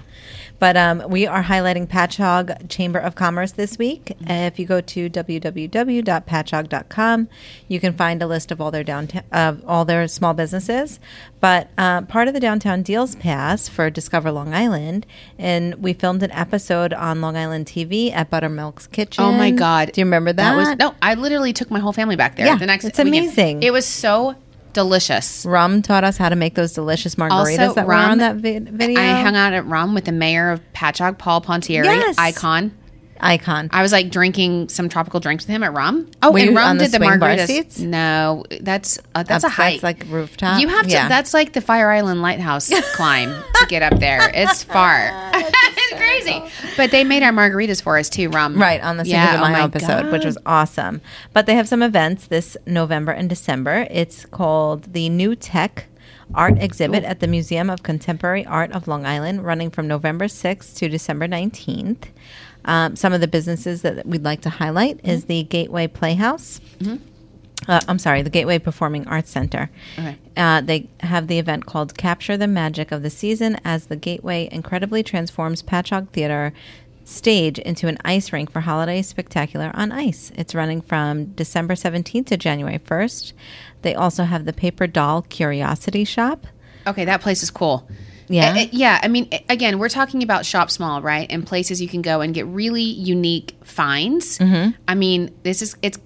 [SPEAKER 2] but um, we are highlighting Patchogue Chamber of Commerce this week. Uh, if you go to www.patchogue.com, you can find a list of all their downtown of all their small businesses. But uh, part of the downtown deals pass for Discover Long Island, and we filmed an episode on Long Island TV at Buttermilk's Kitchen.
[SPEAKER 1] Oh my God!
[SPEAKER 2] Do you remember that?
[SPEAKER 1] was no. I literally took my whole family back there.
[SPEAKER 2] Yeah,
[SPEAKER 1] the next
[SPEAKER 2] it's
[SPEAKER 1] weekend.
[SPEAKER 2] amazing.
[SPEAKER 1] It was so delicious.
[SPEAKER 2] Rum taught us how to make those delicious margaritas
[SPEAKER 1] Also,
[SPEAKER 2] that were
[SPEAKER 1] Rum-
[SPEAKER 2] on that vi- video.
[SPEAKER 1] I hung out at Rum with the mayor of Patchogue, Paul Pontieri,
[SPEAKER 2] Yes.
[SPEAKER 1] icon.
[SPEAKER 2] Icon.
[SPEAKER 1] I was like drinking some tropical drinks with him at Rum. Oh,
[SPEAKER 2] Were
[SPEAKER 1] and
[SPEAKER 2] you
[SPEAKER 1] Rum
[SPEAKER 2] on the
[SPEAKER 1] did the
[SPEAKER 2] swing bar
[SPEAKER 1] margaritas.
[SPEAKER 2] seats?
[SPEAKER 1] No, that's uh, that's a
[SPEAKER 2] That's-
[SPEAKER 1] hike.
[SPEAKER 2] that's like rooftop.
[SPEAKER 1] You have to.
[SPEAKER 2] Yeah.
[SPEAKER 1] That's like the Fire Island Lighthouse climb to get up there. It's far, it's crazy. but they made our margaritas for us too. Rum,
[SPEAKER 2] right on the Cinco
[SPEAKER 1] Yeah,
[SPEAKER 2] de
[SPEAKER 1] oh
[SPEAKER 2] Mayo
[SPEAKER 1] my
[SPEAKER 2] episode, which
[SPEAKER 1] God.
[SPEAKER 2] was awesome. But they have some events this November and December. It's called the New Tech Art Exhibit
[SPEAKER 1] Ooh.
[SPEAKER 2] at the Museum of Contemporary Art of Long Island, running from November 6th to December 19th. Um, some of the businesses that we'd like to highlight
[SPEAKER 1] Mm-hmm.
[SPEAKER 2] is the Gateway Playhouse. Uh, I'm sorry, the Gateway Performing Arts Center.
[SPEAKER 1] Okay.
[SPEAKER 2] Uh, they have the event called Capture the Magic of the Season as the Gateway incredibly transforms Patchogue Theater stage into an ice rink for Holiday Spectacular on Ice. It's running from December 17th to January 1st. They also have the Paper Doll Curiosity Shop.
[SPEAKER 1] Okay, that place is cool.
[SPEAKER 2] Yeah.
[SPEAKER 1] Uh, uh, yeah. I mean, uh, again, we're talking about shop small, right? And places you can go and get really unique finds.
[SPEAKER 2] Mhm.
[SPEAKER 1] I mean, this is, it's,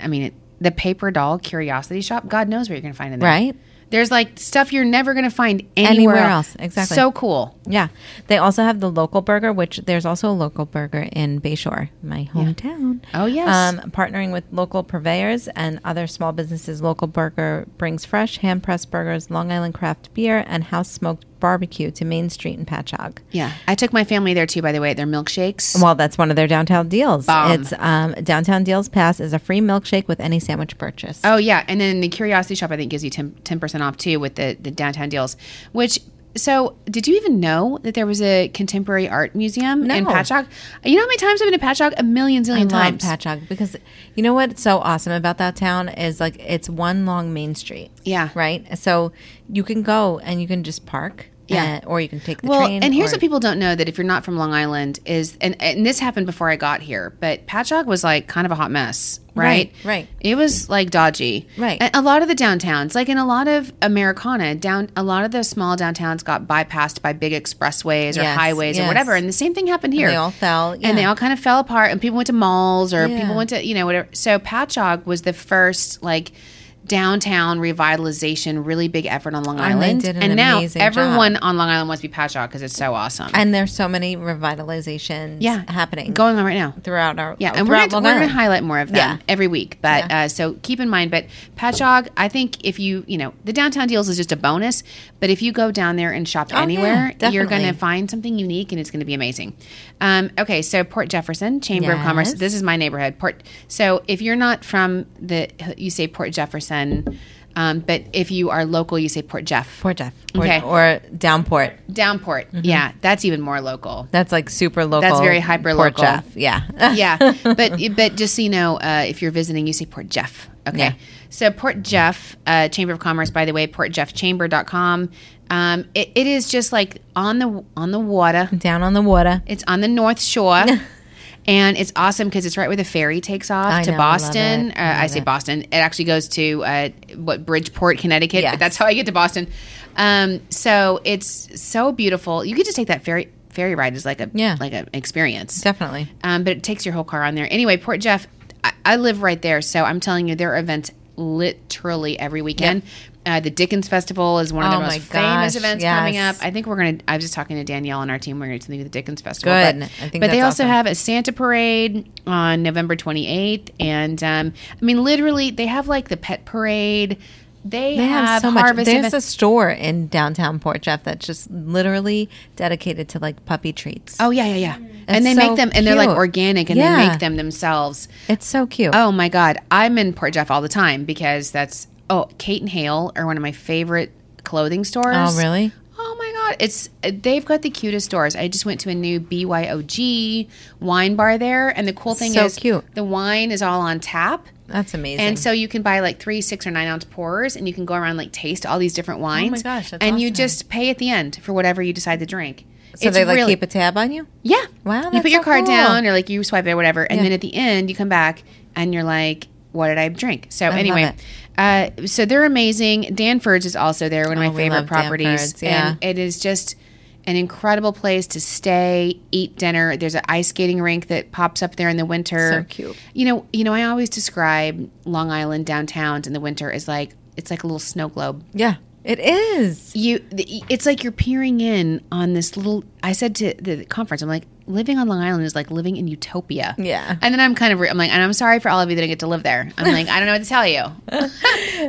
[SPEAKER 1] I mean, it, the paper doll curiosity shop, God knows what you're going to find in there.
[SPEAKER 2] Right.
[SPEAKER 1] There's like stuff you're never going to find anywhere,
[SPEAKER 2] Anywhere else, exactly.
[SPEAKER 1] So cool.
[SPEAKER 2] Yeah. They also have the local burger, which there's also a local burger in Bayshore, my hometown.
[SPEAKER 1] Oh, yes.
[SPEAKER 2] Um, partnering with local purveyors and other small businesses, Local Burger brings fresh hand pressed burgers, Long Island craft beer, and house smoked barbecue to Main Street in Patchogue.
[SPEAKER 1] Yeah. I took my family there too, by the way. Their milkshakes.
[SPEAKER 2] Well, that's one of their downtown deals.
[SPEAKER 1] Bomb.
[SPEAKER 2] It's um, Downtown Deals Pass is a free milkshake with any sandwich purchase.
[SPEAKER 1] Oh yeah, and then the Curiosity Shop I think gives you 10 percent off too with the the downtown deals. Which so did you even know that there was a contemporary art museum in
[SPEAKER 2] No.
[SPEAKER 1] Patchogue? You know how many times I've been to Patchogue? A million
[SPEAKER 2] I
[SPEAKER 1] zillion
[SPEAKER 2] love
[SPEAKER 1] times.
[SPEAKER 2] Patchogue because you know what's so awesome about that town is like it's one long main street.
[SPEAKER 1] Yeah.
[SPEAKER 2] Right? So you can go and you can just park.
[SPEAKER 1] Yeah.
[SPEAKER 2] uh, or you can take the
[SPEAKER 1] well,
[SPEAKER 2] train.
[SPEAKER 1] and here's
[SPEAKER 2] or-
[SPEAKER 1] what people don't know that if you're not from Long Island is and and this happened before I got here, but Patchogue was like kind of a hot mess, right?
[SPEAKER 2] Right. right.
[SPEAKER 1] It was like dodgy.
[SPEAKER 2] Right.
[SPEAKER 1] And a lot of the downtowns, like in a lot of Americana, down a lot of the small downtowns got bypassed by big expressways or
[SPEAKER 2] Yes,
[SPEAKER 1] highways
[SPEAKER 2] yes.
[SPEAKER 1] or whatever. And the same thing happened
[SPEAKER 2] And
[SPEAKER 1] here.
[SPEAKER 2] they all fell. yeah.
[SPEAKER 1] And they all kind of fell apart and people went to malls or
[SPEAKER 2] Yeah.
[SPEAKER 1] people went to, you know, whatever. So Patchogue was the first like downtown revitalization, really big effort on Long
[SPEAKER 2] And they
[SPEAKER 1] Island.
[SPEAKER 2] did an
[SPEAKER 1] and now
[SPEAKER 2] amazing
[SPEAKER 1] everyone
[SPEAKER 2] job.
[SPEAKER 1] on Long Island wants to be Patchogue because it's so awesome.
[SPEAKER 2] And there's so many revitalizations
[SPEAKER 1] Yeah.
[SPEAKER 2] happening
[SPEAKER 1] going on right now.
[SPEAKER 2] throughout our
[SPEAKER 1] Yeah, and we're
[SPEAKER 2] throughout
[SPEAKER 1] gonna,
[SPEAKER 2] Long
[SPEAKER 1] we're gonna
[SPEAKER 2] Island.
[SPEAKER 1] highlight more of them
[SPEAKER 2] Yeah.
[SPEAKER 1] every week. But uh, so keep in mind. But Patchogue, I think if you you know the downtown deals is just a bonus. But if you go down there and shop
[SPEAKER 2] Oh, yeah,
[SPEAKER 1] anywhere, you're
[SPEAKER 2] definitely.
[SPEAKER 1] gonna find something unique and it's gonna be amazing. Um, okay, so Port Jefferson Chamber of Commerce.
[SPEAKER 2] Yes.
[SPEAKER 1] This is my neighborhood. Port. So if you're not from the, you say Port Jefferson. Um, but if you are local, you say Port Jeff.
[SPEAKER 2] Port Mm-hmm. Jeff. Or,
[SPEAKER 1] Okay.
[SPEAKER 2] or Downport.
[SPEAKER 1] Downport. Yeah, that's even more local.
[SPEAKER 2] That's like super local.
[SPEAKER 1] That's very hyper
[SPEAKER 2] Port
[SPEAKER 1] local.
[SPEAKER 2] Jeff. Yeah.
[SPEAKER 1] yeah. But but just so you know, uh, if you're visiting, you say Port Jeff. Okay.
[SPEAKER 2] Yeah.
[SPEAKER 1] So Port Jeff uh, Chamber of Commerce, by the way, portjeffchamber.com. Um, it, it is just like on the on the water.
[SPEAKER 2] Down on the water.
[SPEAKER 1] It's on the North Shore. And it's awesome because it's right where the ferry takes off
[SPEAKER 2] I
[SPEAKER 1] to
[SPEAKER 2] know, I love
[SPEAKER 1] Boston.
[SPEAKER 2] it.
[SPEAKER 1] Uh, I, say Boston. It actually goes to uh, what Bridgeport, Connecticut. But that's how I get to Boston. Um, so it's so beautiful. You could just take that ferry ferry ride as like a
[SPEAKER 2] Yeah.
[SPEAKER 1] like an experience
[SPEAKER 2] Definitely.
[SPEAKER 1] um, but it takes your whole car on there. Anyway, Port Jeff, I, I live right there, so I'm telling you, there are events literally every weekend. Uh, the Dickens Festival is one of
[SPEAKER 2] Oh
[SPEAKER 1] the
[SPEAKER 2] my
[SPEAKER 1] most famous
[SPEAKER 2] gosh,
[SPEAKER 1] events
[SPEAKER 2] yes.
[SPEAKER 1] coming up. I think we're gonna. I was just talking to Danielle and our team. We're gonna do something with the Dickens Festival.
[SPEAKER 2] Good.
[SPEAKER 1] But,
[SPEAKER 2] I think
[SPEAKER 1] but they
[SPEAKER 2] that's
[SPEAKER 1] also
[SPEAKER 2] awesome.
[SPEAKER 1] have a Santa parade on November 28th, and um, I mean, literally, they have like the pet parade. They,
[SPEAKER 2] They have, so much.
[SPEAKER 1] harvest
[SPEAKER 2] There's
[SPEAKER 1] events.
[SPEAKER 2] a store in downtown Port Jeff that's just literally dedicated to like puppy treats.
[SPEAKER 1] Oh yeah, yeah, yeah.
[SPEAKER 2] That's
[SPEAKER 1] and they
[SPEAKER 2] Mm. so
[SPEAKER 1] make them, and they're like
[SPEAKER 2] cute.
[SPEAKER 1] organic, and
[SPEAKER 2] Yeah.
[SPEAKER 1] they make them themselves.
[SPEAKER 2] It's so cute.
[SPEAKER 1] Oh my god, I'm in Port Jeff all the time because that's oh Kate and Hale are one of my favorite clothing stores.
[SPEAKER 2] Oh, really?
[SPEAKER 1] Oh my god, it's they've got the cutest stores. I just went to a new BYOG wine bar there, and the cool thing
[SPEAKER 2] So
[SPEAKER 1] is
[SPEAKER 2] cute.
[SPEAKER 1] the wine is all on tap.
[SPEAKER 2] That's amazing.
[SPEAKER 1] And so you can buy like three, six, or nine ounce pours, and you can go around like taste all these different wines.
[SPEAKER 2] Oh gosh, that's
[SPEAKER 1] and you
[SPEAKER 2] awesome.
[SPEAKER 1] just pay at the end for whatever you decide to drink.
[SPEAKER 2] so
[SPEAKER 1] It's
[SPEAKER 2] they like
[SPEAKER 1] really-
[SPEAKER 2] keep a tab on you?
[SPEAKER 1] yeah.
[SPEAKER 2] Wow,
[SPEAKER 1] You
[SPEAKER 2] that's
[SPEAKER 1] put your
[SPEAKER 2] so
[SPEAKER 1] card
[SPEAKER 2] cool.
[SPEAKER 1] down or like you swipe it or whatever. And
[SPEAKER 2] Yeah.
[SPEAKER 1] then at the end, you come back and you're like, what did I drink? So,
[SPEAKER 2] I love
[SPEAKER 1] anyway. Uh, so they're amazing. Danfords is also there, one of
[SPEAKER 2] Oh,
[SPEAKER 1] my
[SPEAKER 2] we
[SPEAKER 1] favorite
[SPEAKER 2] love
[SPEAKER 1] properties,
[SPEAKER 2] Danfords, yeah.
[SPEAKER 1] and it is just an incredible place to stay, eat dinner. There's an ice skating rink that pops up there in the winter.
[SPEAKER 2] So cute.
[SPEAKER 1] You know, you know, I always describe Long Island downtowns in the winter as like it's like a little snow globe.
[SPEAKER 2] Yeah. It is.
[SPEAKER 1] You, the- it's like you're peering in on this little. I said to the conference, I'm like, living on Long Island is like living in utopia.
[SPEAKER 2] Yeah.
[SPEAKER 1] And then I'm kind of, re- I'm like, and I'm sorry for all of you that didn't get to live there. I'm like, I don't know what to tell you.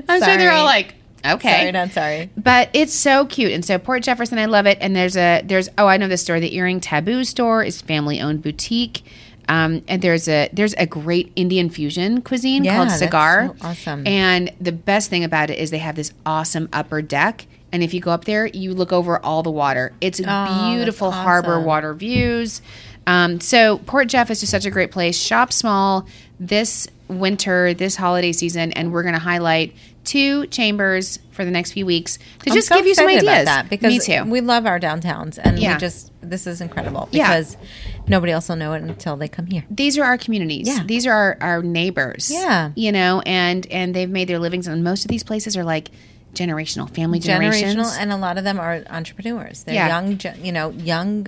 [SPEAKER 1] I'm sure they're all like, okay.
[SPEAKER 2] Sorry, not sorry.
[SPEAKER 1] But it's so cute, and so Port Jefferson, I love it. And there's a there's oh, I know this store, the Earring Taboo store is family owned boutique. Um, and there's a there's a great Indian fusion cuisine
[SPEAKER 2] Yeah,
[SPEAKER 1] called
[SPEAKER 2] that's
[SPEAKER 1] Cigar.
[SPEAKER 2] so awesome.
[SPEAKER 1] And the best thing about it is they have this awesome upper deck. And if you go up there, you look over all the water. It's
[SPEAKER 2] Oh, that's
[SPEAKER 1] beautiful harbor
[SPEAKER 2] awesome.
[SPEAKER 1] water views. Um, so Port Jeff is just such a great place. Shop small this winter, this holiday season, and we're going to highlight two chambers for the next few weeks to
[SPEAKER 2] I'm
[SPEAKER 1] just
[SPEAKER 2] so
[SPEAKER 1] give you some
[SPEAKER 2] excited
[SPEAKER 1] ideas.
[SPEAKER 2] about that because
[SPEAKER 1] Me too.
[SPEAKER 2] we love our downtowns and
[SPEAKER 1] Yeah.
[SPEAKER 2] we just this is incredible
[SPEAKER 1] Yeah.
[SPEAKER 2] because Nobody else will know it until they come here.
[SPEAKER 1] These are our communities.
[SPEAKER 2] Yeah.
[SPEAKER 1] These are our, our neighbors.
[SPEAKER 2] Yeah.
[SPEAKER 1] You know, and and they've made their livings and most of these places are like generational, family generations.
[SPEAKER 2] Generational, and a lot of them are entrepreneurs. They're
[SPEAKER 1] Yeah.
[SPEAKER 2] young, gen- you know, young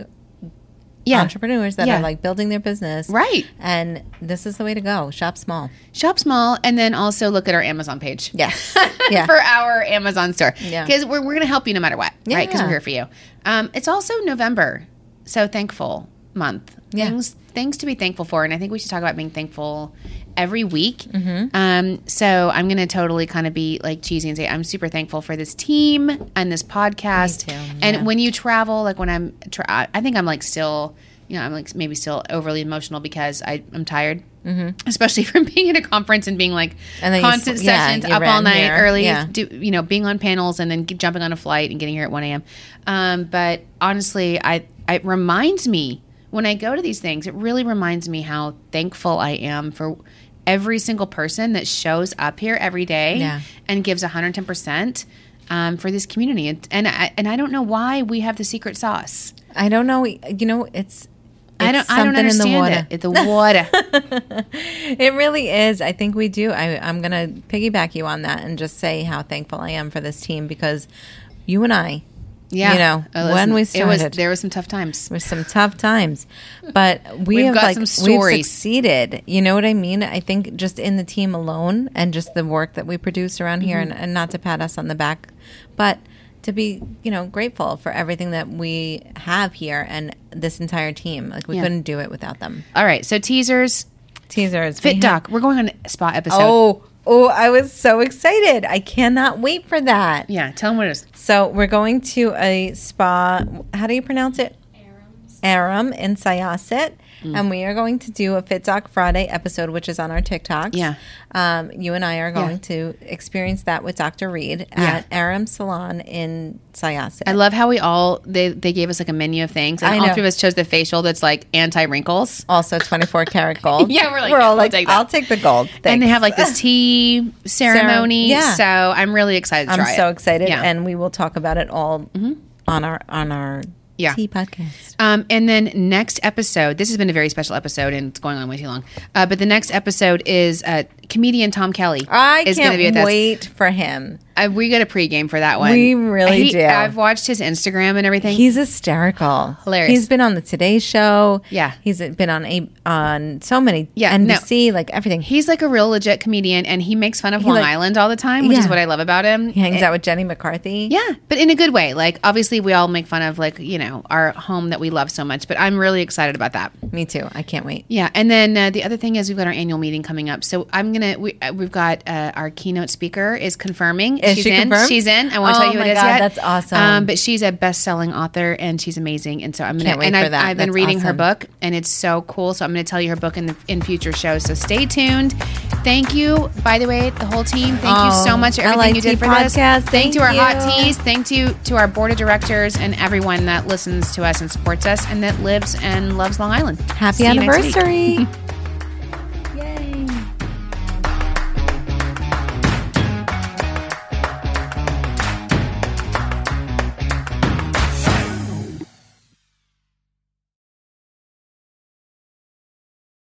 [SPEAKER 1] Yeah.
[SPEAKER 2] entrepreneurs that
[SPEAKER 1] Yeah.
[SPEAKER 2] are like building their business.
[SPEAKER 1] Right.
[SPEAKER 2] And this is the way to go. Shop small.
[SPEAKER 1] Shop small and then also look at our Amazon page.
[SPEAKER 2] Yes.
[SPEAKER 1] for our Amazon store.
[SPEAKER 2] Yeah.
[SPEAKER 1] Because we're, we're going to help you no matter what, right? Because
[SPEAKER 2] Yeah.
[SPEAKER 1] we're here for you. Um, it's also November, so thankful month. Things things to be thankful for, and I think we should talk about being thankful every week.
[SPEAKER 2] Mhm.
[SPEAKER 1] Um, so I'm going to totally kind of be like cheesy and say I'm super thankful for this team and this podcast. And
[SPEAKER 2] yeah.
[SPEAKER 1] when you travel, like when I'm, tra- I I think I'm like still. You know, I'm like maybe still overly emotional because I, I'm tired,
[SPEAKER 2] Mhm.
[SPEAKER 1] especially from being at a conference and being like
[SPEAKER 2] And then you
[SPEAKER 1] constant
[SPEAKER 2] sl- yeah,
[SPEAKER 1] sessions
[SPEAKER 2] you
[SPEAKER 1] up
[SPEAKER 2] ran
[SPEAKER 1] all night,
[SPEAKER 2] here.
[SPEAKER 1] early,
[SPEAKER 2] Yeah.
[SPEAKER 1] do, you know, being on panels and then g- jumping on a flight and getting here at 1 a.m. Um, but honestly, I it reminds me when I go to these things, it really reminds me how thankful I am for every single person that shows up here every day
[SPEAKER 2] Yeah.
[SPEAKER 1] and gives 110% um, for this community. And, and, I, and I don't know why we have the secret sauce.
[SPEAKER 2] I don't know. You know, it's.
[SPEAKER 1] I
[SPEAKER 2] it's
[SPEAKER 1] don't, I don't
[SPEAKER 2] something in the
[SPEAKER 1] understand
[SPEAKER 2] water.
[SPEAKER 1] it. It- The water.
[SPEAKER 2] It really is. I think we do. I, I'm going to piggyback you on that and just say how thankful I am for this team because you and I,
[SPEAKER 1] Yeah.
[SPEAKER 2] you know,
[SPEAKER 1] Oh, listen,
[SPEAKER 2] when
[SPEAKER 1] it
[SPEAKER 2] we
[SPEAKER 1] was-
[SPEAKER 2] started,
[SPEAKER 1] there were some tough times.
[SPEAKER 2] There were some tough times, but we
[SPEAKER 1] We've
[SPEAKER 2] have
[SPEAKER 1] got
[SPEAKER 2] like
[SPEAKER 1] some stories.
[SPEAKER 2] we've succeeded. You know what I mean? I think just in the team alone and just the work that we produce around here,
[SPEAKER 1] Mhm.
[SPEAKER 2] and, and not to pat us on the back, but to be you know grateful for everything that we have here and this entire team. Like we
[SPEAKER 1] Yeah.
[SPEAKER 2] couldn't do it without them.
[SPEAKER 1] All right. So teasers.
[SPEAKER 2] Teasers.
[SPEAKER 1] Fit
[SPEAKER 2] We
[SPEAKER 1] Doc. We're going on a spa episode.
[SPEAKER 2] Oh, oh, I was so excited. I cannot wait for that.
[SPEAKER 1] Yeah, tell them what it is.
[SPEAKER 2] So we're going to a spa. How do you pronounce it? Aram in Syosset.
[SPEAKER 1] Mm.
[SPEAKER 2] And we are going to do a Fit Doc Friday episode, which is on our TikToks.
[SPEAKER 1] Yeah.
[SPEAKER 2] Um, you and I are going
[SPEAKER 1] Yeah.
[SPEAKER 2] to experience that with Dr. Reed
[SPEAKER 1] Yeah.
[SPEAKER 2] at Aram Salon in Syosset.
[SPEAKER 1] I love how we all they they gave us like a menu of things, and
[SPEAKER 2] I
[SPEAKER 1] all
[SPEAKER 2] know.
[SPEAKER 1] three of us chose the facial that's like anti wrinkles,
[SPEAKER 2] also twenty four karat gold.
[SPEAKER 1] yeah, we're like,
[SPEAKER 2] We're all
[SPEAKER 1] "I'll
[SPEAKER 2] like,
[SPEAKER 1] take
[SPEAKER 2] I'll take the gold.
[SPEAKER 1] and they
[SPEAKER 2] thanks."
[SPEAKER 1] have like this tea ceremony.
[SPEAKER 2] yeah.
[SPEAKER 1] So I'm really excited. To
[SPEAKER 2] I'm
[SPEAKER 1] try
[SPEAKER 2] so
[SPEAKER 1] it.
[SPEAKER 2] excited,
[SPEAKER 1] Yeah. Mm-hmm.
[SPEAKER 2] and we will talk about it all on our on our
[SPEAKER 1] Yeah.
[SPEAKER 2] tea podcast.
[SPEAKER 1] Um, and then next episode, this has been a very special episode, and it's going on way too long. Uh, but the next episode is uh, comedian Tom Kelly.
[SPEAKER 2] I
[SPEAKER 1] is
[SPEAKER 2] can't
[SPEAKER 1] gonna be with us.
[SPEAKER 2] wait for him.
[SPEAKER 1] Uh, we got a pregame for that one.
[SPEAKER 2] We really
[SPEAKER 1] He-
[SPEAKER 2] do.
[SPEAKER 1] I've watched his Instagram and everything.
[SPEAKER 2] He's hysterical,
[SPEAKER 1] Hilarious.
[SPEAKER 2] He's been on the Today Show.
[SPEAKER 1] Yeah.
[SPEAKER 2] he's been on a on so many.
[SPEAKER 1] Yeah, no.
[SPEAKER 2] NBC, like everything.
[SPEAKER 1] He's like a real legit comedian, and he makes fun of
[SPEAKER 2] He,
[SPEAKER 1] Long
[SPEAKER 2] like-
[SPEAKER 1] Island all the time, which is
[SPEAKER 2] Yeah.
[SPEAKER 1] what I love about him.
[SPEAKER 2] He hangs
[SPEAKER 1] And-
[SPEAKER 2] out with Jenny McCarthy.
[SPEAKER 1] Yeah, but in a good way. Like obviously we all make fun of like, you know, our home that we love so much, but I'm really excited about that.
[SPEAKER 2] me too. I can't wait.
[SPEAKER 1] Yeah, and then uh, the other thing is we've got our annual meeting coming up. So I'm gonna we uh, we've got uh, our keynote speaker is confirming.
[SPEAKER 2] Is
[SPEAKER 1] she's
[SPEAKER 2] she
[SPEAKER 1] in.
[SPEAKER 2] confirmed?
[SPEAKER 1] She's in. I won't
[SPEAKER 2] Oh
[SPEAKER 1] tell you who
[SPEAKER 2] my
[SPEAKER 1] it is
[SPEAKER 2] God,
[SPEAKER 1] yet.
[SPEAKER 2] that's awesome.
[SPEAKER 1] Um, but she's a best-selling author and she's amazing. And so I'm gonna
[SPEAKER 2] Can't wait
[SPEAKER 1] and
[SPEAKER 2] for
[SPEAKER 1] I've,
[SPEAKER 2] that.
[SPEAKER 1] I've been
[SPEAKER 2] That's
[SPEAKER 1] reading her
[SPEAKER 2] awesome.
[SPEAKER 1] book and it's so cool. So I'm gonna tell you her book in the in future shows. So stay tuned. Thank you, by the way, the whole team. Thank
[SPEAKER 2] Oh,
[SPEAKER 1] you so much for everything
[SPEAKER 2] LIT
[SPEAKER 1] you did for this.
[SPEAKER 2] podcast.
[SPEAKER 1] Thank,
[SPEAKER 2] Thank
[SPEAKER 1] you to our hot
[SPEAKER 2] you.
[SPEAKER 1] teas. Thank you to our board of directors and everyone that listens to us and supports us and that lives and loves Long Island.
[SPEAKER 2] Happy
[SPEAKER 1] See you next week.
[SPEAKER 2] anniversary.